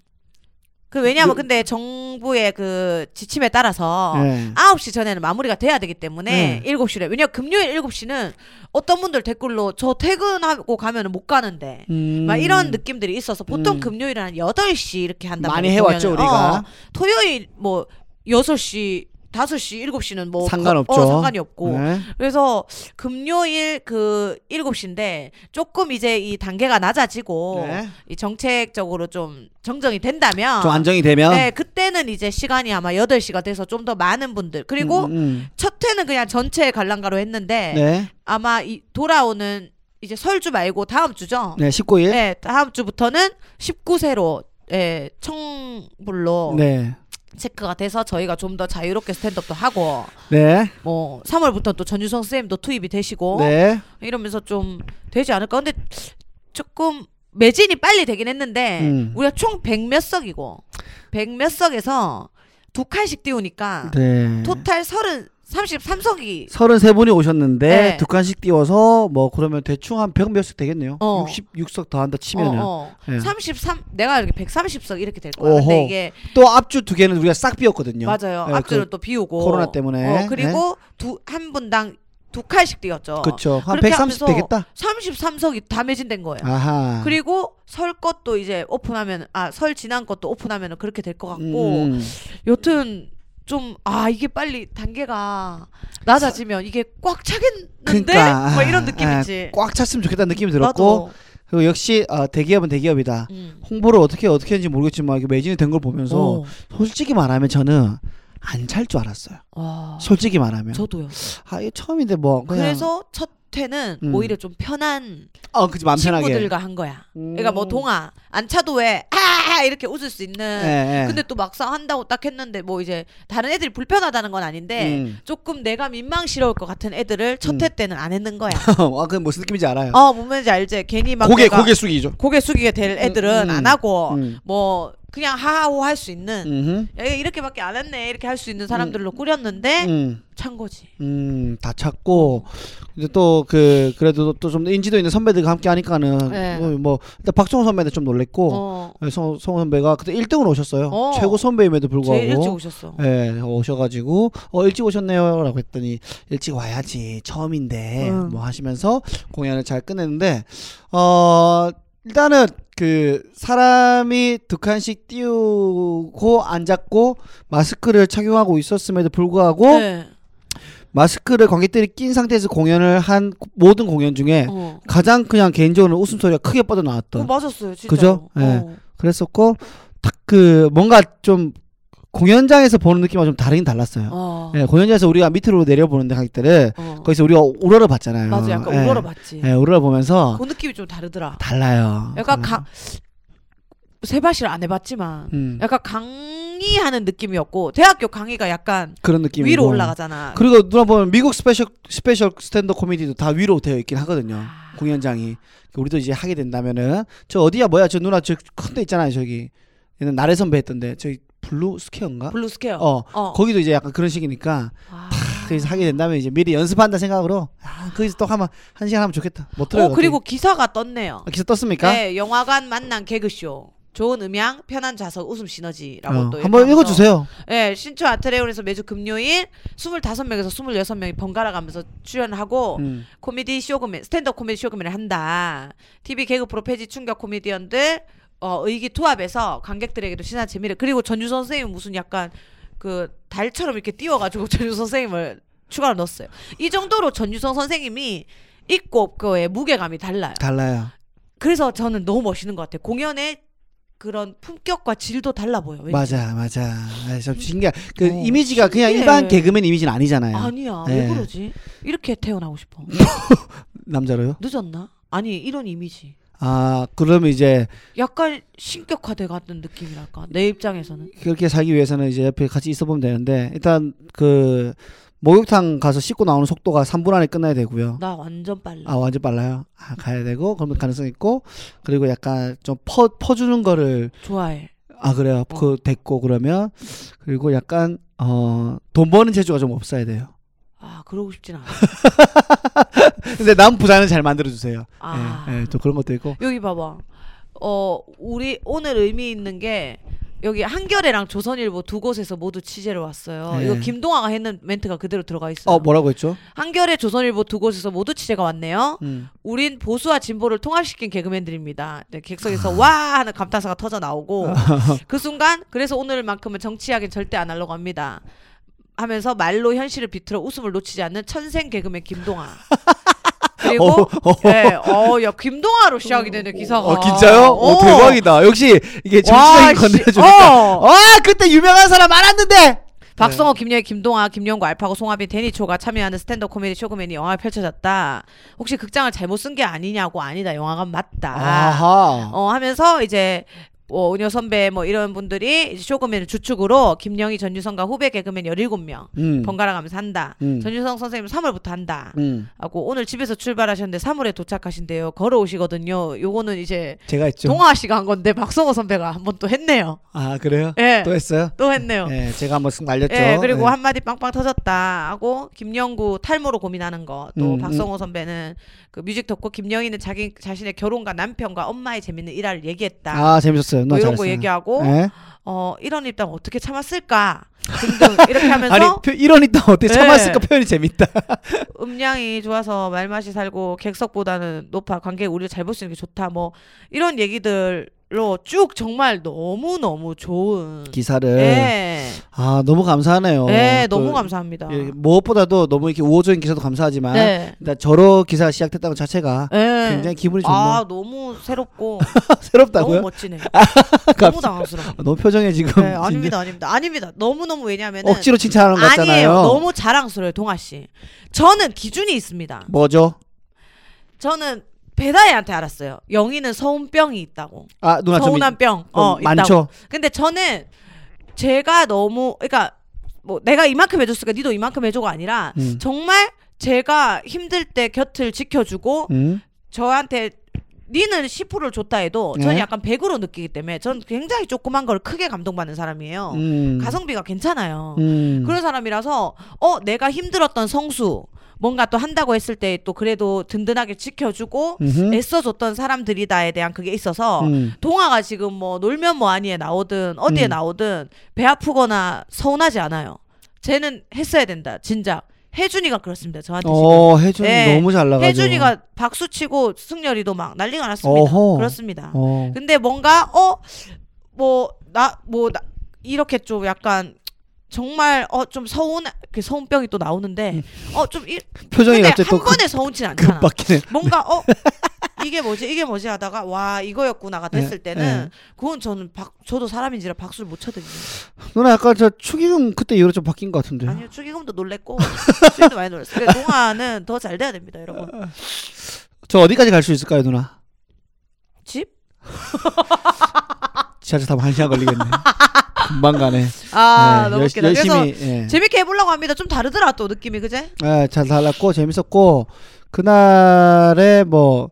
[SPEAKER 1] 그 왜냐하면 근데 정부의 그 지침에 따라서
[SPEAKER 2] 예.
[SPEAKER 1] 9시 전에는 마무리가 돼야 되기 때문에
[SPEAKER 2] 네.
[SPEAKER 1] 7시래 왜냐면 금요일 7시는 어떤 분들 댓글로 저 퇴근하고 가면은 못 가는데
[SPEAKER 2] 음.
[SPEAKER 1] 아. 막 이런 느낌들이 있어서 보통
[SPEAKER 2] 음.
[SPEAKER 1] 금요일은 어, 한 8시 이렇게 한단
[SPEAKER 2] 많이
[SPEAKER 1] 말이에요,
[SPEAKER 2] 해왔죠
[SPEAKER 1] 공연을.
[SPEAKER 2] 우리가.
[SPEAKER 1] 어, 토요일 뭐 6시 다섯 시 일곱 시는뭐
[SPEAKER 2] 상관없죠.
[SPEAKER 1] 어, 상관이 없고.
[SPEAKER 2] 네.
[SPEAKER 1] 그래서 금요일 그 일곱 시인데 조금 이제 이 단계가 낮아지고
[SPEAKER 2] 네.
[SPEAKER 1] 이 정책적으로 좀 정정이 된다면
[SPEAKER 2] 좀 안정이 되면
[SPEAKER 1] 네, 그때는 이제 시간이 아마 8시가 돼서 좀 더 많은 분들. 그리고
[SPEAKER 2] 음, 음.
[SPEAKER 1] 첫 회는 그냥 전체 관람가로 했는데
[SPEAKER 2] 네.
[SPEAKER 1] 아마 이 돌아오는 이제 설주 말고 다음 주죠.
[SPEAKER 2] 네, 19일.
[SPEAKER 1] 네, 다음 주부터는 19세로 예, 청불로
[SPEAKER 2] 네.
[SPEAKER 1] 체크가 돼서 저희가 좀 더 자유롭게 스탠드업도 하고
[SPEAKER 2] 네.
[SPEAKER 1] 뭐 3월부터 또 전유성 쌤도 투입이 되시고
[SPEAKER 2] 네.
[SPEAKER 1] 이러면서 좀 되지 않을까. 근데 조금 매진이 빨리 되긴 했는데
[SPEAKER 2] 음.
[SPEAKER 1] 우리가 총 100몇 석이고 100몇 석에서 두 칸씩 띄우니까
[SPEAKER 2] 네.
[SPEAKER 1] 토탈 30 33석이
[SPEAKER 2] 33분이 오셨는데
[SPEAKER 1] 네.
[SPEAKER 2] 두 칸씩 띄워서 뭐 그러면 대충 한 100 몇씩 되겠네요.
[SPEAKER 1] 어.
[SPEAKER 2] 66석 더 한다 치면은.
[SPEAKER 1] 어, 어.
[SPEAKER 2] 예.
[SPEAKER 1] 33 내가 이렇게 130석 이렇게 될 거야.
[SPEAKER 2] 오호.
[SPEAKER 1] 근데 이게
[SPEAKER 2] 또 앞주 두 개는 우리가 싹 비웠거든요.
[SPEAKER 1] 맞아요.
[SPEAKER 2] 예,
[SPEAKER 1] 앞줄을 또 비우고
[SPEAKER 2] 코로나 때문에. 네.
[SPEAKER 1] 어, 그리고 두 한 분당 두 칸씩 띄었죠.
[SPEAKER 2] 그, 그쵸. 한
[SPEAKER 1] 그렇게
[SPEAKER 2] 130
[SPEAKER 1] 하면서-
[SPEAKER 2] 되겠다.
[SPEAKER 1] 33석이 다 매진된 거예요.
[SPEAKER 2] 아하.
[SPEAKER 1] 그리고 설 것도 이제 오픈하면 아 설 지난 것도 오픈하면 그렇게 될 것 같고
[SPEAKER 2] 음.
[SPEAKER 1] 여튼 좀 아 이게 빨리 단계가 낮아지면 이게 꽉 차겠는데
[SPEAKER 2] 그러니까
[SPEAKER 1] 뭐 이런
[SPEAKER 2] 아,
[SPEAKER 1] 느낌이지.
[SPEAKER 2] 꽉 찼으면 좋겠다는 느낌이 들었고 그리고 역시 아, 대기업은 대기업이다.
[SPEAKER 1] 음.
[SPEAKER 2] 홍보를 어떻게 어떻게 했는지 모르겠지만 이게 매진이 된 걸 보면서
[SPEAKER 1] 어.
[SPEAKER 2] 솔직히 말하면 저는 안 찰 줄 알았어요.
[SPEAKER 1] 와,
[SPEAKER 2] 솔직히 말하면
[SPEAKER 1] 아. 저도요.
[SPEAKER 2] 아 이게 처음인데 뭐 그냥
[SPEAKER 1] 그래서 첫 회는
[SPEAKER 2] 음.
[SPEAKER 1] 오히려 좀 편한
[SPEAKER 2] 어 그지 맘 편하게
[SPEAKER 1] 친구들과 한 거야.
[SPEAKER 2] 음.
[SPEAKER 1] 그러니까 뭐 동아 안 차도 왜아 이렇게 웃을 수 있는.
[SPEAKER 2] 예, 예.
[SPEAKER 1] 근데 또 막상 한다고 딱 했는데 뭐 이제 다른 애들이 불편하다는 건 아닌데
[SPEAKER 2] 음.
[SPEAKER 1] 조금 내가 민망스러울 것 같은 애들을 첫 회 때는 안 했는
[SPEAKER 2] (laughs)
[SPEAKER 1] 거야.
[SPEAKER 2] 아 그게 무슨 느낌인지 알아요.
[SPEAKER 1] 어, 뭔지 알지? 괜히 막
[SPEAKER 2] 고개
[SPEAKER 1] 내가
[SPEAKER 2] 고개 숙이죠.
[SPEAKER 1] 고개 숙이게 될 애들은
[SPEAKER 2] 음, 음.
[SPEAKER 1] 안 하고
[SPEAKER 2] 음.
[SPEAKER 1] 뭐 그냥 하하호 할 수 있는
[SPEAKER 2] 음.
[SPEAKER 1] 야, 이렇게밖에 안 했네 이렇게 할 수 있는 사람들로 꾸렸는데
[SPEAKER 2] 음.
[SPEAKER 1] 찬 거지.
[SPEAKER 2] 음, 다 찾고 이제 또 그 그래도 또 좀 인지도 있는 선배들과 함께 하니까는
[SPEAKER 1] 네.
[SPEAKER 2] 뭐, 뭐 일단 박성호 선배한테 좀 놀랬고 네,
[SPEAKER 1] 어,
[SPEAKER 2] 성, 성호 선배가 그때 1등으로 오셨어요.
[SPEAKER 1] 어.
[SPEAKER 2] 최고 선배임에도
[SPEAKER 1] 제일 일찍
[SPEAKER 2] 불구하고
[SPEAKER 1] 오셨어.
[SPEAKER 2] 예, 오셔가지고 어 일찍 오셨네요라고 했더니 일찍 와야지 처음인데
[SPEAKER 1] 응.
[SPEAKER 2] 뭐 하시면서 공연을 잘 끝냈는데 어 일단은 그 사람이 두 칸씩 띄우고 앉았고 마스크를 착용하고 있었음에도 불구하고
[SPEAKER 1] 네.
[SPEAKER 2] 마스크를 관객들이 낀 상태에서 공연을 한 모든 공연 중에
[SPEAKER 1] 어.
[SPEAKER 2] 가장 그냥 개인적으로 웃음소리가 크게
[SPEAKER 1] 그거
[SPEAKER 2] 빠져나왔던
[SPEAKER 1] 맞았어요, 진짜.
[SPEAKER 2] 그죠?
[SPEAKER 1] 어.
[SPEAKER 2] 예. 그랬었고 딱 그 뭔가 좀 공연장에서 보는 느낌과 좀 다르긴 달랐어요.
[SPEAKER 1] 어.
[SPEAKER 2] 예, 공연장에서 우리가 밑으로 내려보는데 관객들을
[SPEAKER 1] 어.
[SPEAKER 2] 거기서 우리가 우러러 봤잖아요.
[SPEAKER 1] 맞아, 약간
[SPEAKER 2] 예.
[SPEAKER 1] 울어라 봤지.
[SPEAKER 2] 예, 우러러 보면서
[SPEAKER 1] 그 느낌이 좀 다르더라.
[SPEAKER 2] 달라요.
[SPEAKER 1] 약간
[SPEAKER 2] 아, 그래서.
[SPEAKER 1] 강 세바시를 안 해봤지만
[SPEAKER 2] 음,
[SPEAKER 1] 약간 강의하는 느낌이었고 대학교 강의가 약간
[SPEAKER 2] 그런 느낌이
[SPEAKER 1] 위로 올라가잖아.
[SPEAKER 2] 그리고 누나 보면 미국 스페셜 스페셜 스탠드 코미디도 다 위로 되어 있긴 하거든요.
[SPEAKER 1] 아,
[SPEAKER 2] 공연장이 우리도 이제 하게 된다면은 저 어디야 뭐야 저 누나 저 큰 데 있잖아요 저기 얘는 나래 선배 했던데 저기 블루 스퀘어인가?
[SPEAKER 1] 블루 스퀘어.
[SPEAKER 2] 어
[SPEAKER 1] 어.
[SPEAKER 2] 거기도 이제 약간 그런 식이니까
[SPEAKER 1] 아.
[SPEAKER 2] 거기서 하게 된다면 이제 미리 연습한다 생각으로 아 거기서 또 하면 한 시간 하면 좋겠다 못 들어요. 아,
[SPEAKER 1] 어 그리고 기사가 떴네요.
[SPEAKER 2] 기사 떴습니까?
[SPEAKER 1] 네, 영화관 만난 개그쇼. 좋은 음향, 편한 좌석, 웃음 시너지라고
[SPEAKER 2] 어,
[SPEAKER 1] 또 이렇게
[SPEAKER 2] 한번
[SPEAKER 1] 하면서-
[SPEAKER 2] 읽어주세요.
[SPEAKER 1] 네, 신촌 아트레온에서 매주 금요일 25명에서 26명이 번갈아 가면서 출연하고
[SPEAKER 2] 음.
[SPEAKER 1] 코미디 쇼금을 스탠드업 코미디 쇼금을 한다. TV 개그 프로 페이지 충격 코미디언들 어, 의기투합해서 관객들에게도 신한 재미를 그리고 전유선 선생님 무슨 약간 그 달처럼 이렇게 띄워가지고 (laughs) 전유선 선생님을 추가로 넣었어요. 이 정도로 전유선 선생님이 있고 없고의 무게감이 달라요.
[SPEAKER 2] 달라요.
[SPEAKER 1] 그래서 저는 너무 멋있는 것 같아요. 공연의 그런 품격과 질도 달라 보여. 왠지.
[SPEAKER 2] 맞아 맞아. 아, 참 신기해. 그
[SPEAKER 1] 어,
[SPEAKER 2] 이미지가 그냥
[SPEAKER 1] 신기해.
[SPEAKER 2] 일반 개그맨 이미지는 아니잖아요.
[SPEAKER 1] 아니야.
[SPEAKER 2] 네.
[SPEAKER 1] 왜 그러지? 이렇게 태어나고 싶어.
[SPEAKER 2] 남자로요?
[SPEAKER 1] 늦었나? 아니 이런 이미지.
[SPEAKER 2] 아 그럼 이제
[SPEAKER 1] 약간 신격화돼 같은 느낌이랄까. 내 입장에서는.
[SPEAKER 2] 그렇게 살기 위해서는 이제 옆에 같이 있어보면 되는데 일단 그 목욕탕 가서 씻고 나오는 속도가 3분 안에 끝나야 되고요.
[SPEAKER 1] 나 완전 빨라.
[SPEAKER 2] 아 완전 빨라요. 아, 가야 되고 그러면 가능성 있고 그리고 약간 좀 퍼 퍼주는 거를
[SPEAKER 1] 좋아해.
[SPEAKER 2] 아 그래요.
[SPEAKER 1] 어.
[SPEAKER 2] 그 됐고 그러면 그리고 약간 어 돈 버는 재주가 좀 없어야 돼요.
[SPEAKER 1] 아 그러고 싶진 않아. (laughs)
[SPEAKER 2] 근데 남 부자는 잘 만들어 주세요.
[SPEAKER 1] 아.
[SPEAKER 2] 예, 예, 또 그런 것도 있고.
[SPEAKER 1] 여기 봐봐. 어 우리 오늘 의미 있는 게 여기 한겨레랑 조선일보 두 곳에서 모두 취재를 왔어요.
[SPEAKER 2] 네.
[SPEAKER 1] 이거 김동아가 했는 멘트가 그대로 들어가 있어요.
[SPEAKER 2] 어 뭐라고 했죠?
[SPEAKER 1] 한겨레, 조선일보 두 곳에서 모두 취재가 왔네요.
[SPEAKER 2] 음.
[SPEAKER 1] 우린 보수와 진보를 통합시킨 개그맨들입니다. 네,
[SPEAKER 2] 아.
[SPEAKER 1] 객석에서 와 하는 감탄사가
[SPEAKER 2] (laughs)
[SPEAKER 1] 터져 나오고 그 순간 그래서 오늘만큼은 정치하긴 절대 안 하려고 합니다. 하면서 말로 현실을 비틀어 웃음을 놓치지 않는 천생 개그맨
[SPEAKER 2] (laughs)
[SPEAKER 1] 김동아.
[SPEAKER 2] 어,
[SPEAKER 1] 그리고
[SPEAKER 2] 어.
[SPEAKER 1] 예, 어, 야 김동아로 시작이 되네 기사가.
[SPEAKER 2] 어, 진짜요? 어,
[SPEAKER 1] 어.
[SPEAKER 2] 대박이다. 역시 이게
[SPEAKER 1] 와,
[SPEAKER 2] 정치적인
[SPEAKER 1] 씨,
[SPEAKER 2] 건네주니까.
[SPEAKER 1] 어.
[SPEAKER 2] 아, 그때 유명한 사람 알았는데.
[SPEAKER 1] 박성호, 김여희, 김동아, 김영구, 알파고, 송하빈, 데니초가 참여하는 스탠드업 코미디 쇼그맨이 영화에 펼쳐졌다. 혹시 극장을 잘못 쓴 게 아니냐고 아니다. 영화관 맞다.
[SPEAKER 2] 아하.
[SPEAKER 1] 어 하면서 이제 뭐 은효 선배 뭐 이런 분들이 이제 쇼그맨을 주축으로 김영희, 전유성과 후배 개그맨 17명
[SPEAKER 2] 음.
[SPEAKER 1] 번갈아 가면서 한다.
[SPEAKER 2] 음.
[SPEAKER 1] 전유성 선생님 3월부터 한다.
[SPEAKER 2] 음.
[SPEAKER 1] 하고 오늘 집에서 출발하셨는데 3월에 도착하신대요. 걸어오시거든요. 요거는 이제
[SPEAKER 2] 제가 했죠.
[SPEAKER 1] 동아 씨가 한 건데 박성호 선배가 한 번 또 했네요.
[SPEAKER 2] 아, 그래요?
[SPEAKER 1] 예.
[SPEAKER 2] 또 했어요?
[SPEAKER 1] 또 했네요.
[SPEAKER 2] 예, 제가 한번 쓱 날렸죠.
[SPEAKER 1] 예, 그리고
[SPEAKER 2] 예.
[SPEAKER 1] 한마디 빵빵 터졌다 하고 김영구 탈모로 고민하는 거, 또
[SPEAKER 2] 음,
[SPEAKER 1] 박성호 선배는 그 뮤직 덕후 김영희는 자기 자신의 결혼과 남편과 엄마의 재밌는 일화를 얘기했다.
[SPEAKER 2] 아, 재밌었어요.
[SPEAKER 1] 뭐
[SPEAKER 2] 너무
[SPEAKER 1] 이런
[SPEAKER 2] 잘했어요.
[SPEAKER 1] 거 얘기하고
[SPEAKER 2] 예?
[SPEAKER 1] 어 이런 입당 어떻게 참았을까 등등 이렇게 하면서 음.
[SPEAKER 2] 아니, 표, 이런 있다 어떻게
[SPEAKER 1] 예.
[SPEAKER 2] 참았을까 표현이 재밌다.
[SPEAKER 1] (laughs) 음량이 좋아서 말맛이 살고 객석보다는 높아 관객 우리를 잘 볼 수 있는 게 좋다 뭐 이런 얘기들로 쭉 정말 너무 너무 좋은
[SPEAKER 2] 기사를
[SPEAKER 1] 예,
[SPEAKER 2] 아, 너무 감사하네요.
[SPEAKER 1] 예
[SPEAKER 2] 또
[SPEAKER 1] 너무 감사합니다.
[SPEAKER 2] 예, 무엇보다도 너무 이렇게 우호적인 기사도 감사하지만
[SPEAKER 1] 네,
[SPEAKER 2] 일단 저러 기사 시작됐다는 것 자체가
[SPEAKER 1] 예.
[SPEAKER 2] 굉장히 기분이 좋네요.
[SPEAKER 1] 아 너무 새롭고
[SPEAKER 2] (laughs) 새롭다고요?
[SPEAKER 1] 너무
[SPEAKER 2] 너무,
[SPEAKER 1] 멋지네. 너무
[SPEAKER 2] 갑자기- (laughs)
[SPEAKER 1] 당황스러워.
[SPEAKER 2] 표정에 지금
[SPEAKER 1] 네,
[SPEAKER 2] 진짜
[SPEAKER 1] 아닙니다, 아닙니다, 아닙니다. 너무 너무 왜냐하면은
[SPEAKER 2] 억지로 칭찬하는 거 같잖아요.
[SPEAKER 1] 아니에요. 너무 자랑스러워요, 동아 씨. 저는 기준이 있습니다.
[SPEAKER 2] 뭐죠?
[SPEAKER 1] 저는 배다이한테 알았어요. 영희는 서운병이 있다고.
[SPEAKER 2] 아 누나 좀
[SPEAKER 1] 서운한 병.
[SPEAKER 2] 어,
[SPEAKER 1] 어, 있다고.
[SPEAKER 2] 많죠.
[SPEAKER 1] 근데 저는 제가 너무 그러니까 뭐 내가 이만큼 해줬으니까 니도 이만큼 해줘가 아니라
[SPEAKER 2] 음.
[SPEAKER 1] 정말 제가 힘들 때 곁을 지켜주고
[SPEAKER 2] 음.
[SPEAKER 1] 저한테 니는 10%를 줬다 해도 저는
[SPEAKER 2] 네.
[SPEAKER 1] 약간 100으로 느끼기 때문에 저는 굉장히 조그만 걸 크게 감동받는 사람이에요.
[SPEAKER 2] 음.
[SPEAKER 1] 어, 가성비가 괜찮아요.
[SPEAKER 2] 음.
[SPEAKER 1] 그런 사람이라서 어 내가 힘들었던 성수 뭔가 또 한다고 했을 때 또 그래도 든든하게 지켜주고
[SPEAKER 2] 음흠.
[SPEAKER 1] 애써줬던 사람들이다에 대한 그게 있어서
[SPEAKER 2] 음.
[SPEAKER 1] 동화가 지금 뭐 놀면 뭐하니에 나오든 어디에
[SPEAKER 2] 음.
[SPEAKER 1] 나오든 배 아프거나 서운하지 않아요. 쟤는 했어야 된다. 진짜 해준이가 그렇습니다. 저한테 지금
[SPEAKER 2] 어 혜준이
[SPEAKER 1] 네.
[SPEAKER 2] 너무 잘 나가죠.
[SPEAKER 1] 해준이가 박수 치고 승열이도 막 난리가 났습니다.
[SPEAKER 2] 어허.
[SPEAKER 1] 그렇습니다.
[SPEAKER 2] 어.
[SPEAKER 1] 근데 뭔가 어 뭐 나 뭐 나 이렇게 좀 약간 정말 어 좀 서운 그 서운병이 또 나오는데 어좀
[SPEAKER 2] 음. 표정이
[SPEAKER 1] 근데
[SPEAKER 2] 갑자기
[SPEAKER 1] 한
[SPEAKER 2] 또 급-
[SPEAKER 1] 번에 서운진 않잖아.
[SPEAKER 2] 급박히네.
[SPEAKER 1] 뭔가
[SPEAKER 2] (laughs)
[SPEAKER 1] 어 이게 뭐지 이게 뭐지 하다가 와 이거였구나가 됐을
[SPEAKER 2] 네,
[SPEAKER 1] 때는 그건 저는 박 저도 사람인지라 박수를 못 쳐드리는
[SPEAKER 2] 누나 약간 저 축의금 그때 이후로 좀 바뀐 것 같은데.
[SPEAKER 1] 아니요 축의금도 놀랬고 축의금도 많이 놀랐어요. 근데 동화는 더 잘 돼야 됩니다
[SPEAKER 2] 네.
[SPEAKER 1] 여러분.
[SPEAKER 2] 저 어디까지 갈 수 있을까요, 누나?
[SPEAKER 1] 집?
[SPEAKER 2] 지하철 타면 한 시간
[SPEAKER 1] (laughs)
[SPEAKER 2] 걸리겠네. 금방 가네.
[SPEAKER 1] 아
[SPEAKER 2] 네,
[SPEAKER 1] 너무
[SPEAKER 2] 열-
[SPEAKER 1] 웃기다. 그래서
[SPEAKER 2] 열심히. 예.
[SPEAKER 1] 재밌게 해보려고 합니다. 좀 다르더라 또 느낌이 그제?
[SPEAKER 2] 예, 잘 달랐고 재밌었고 그날에 뭐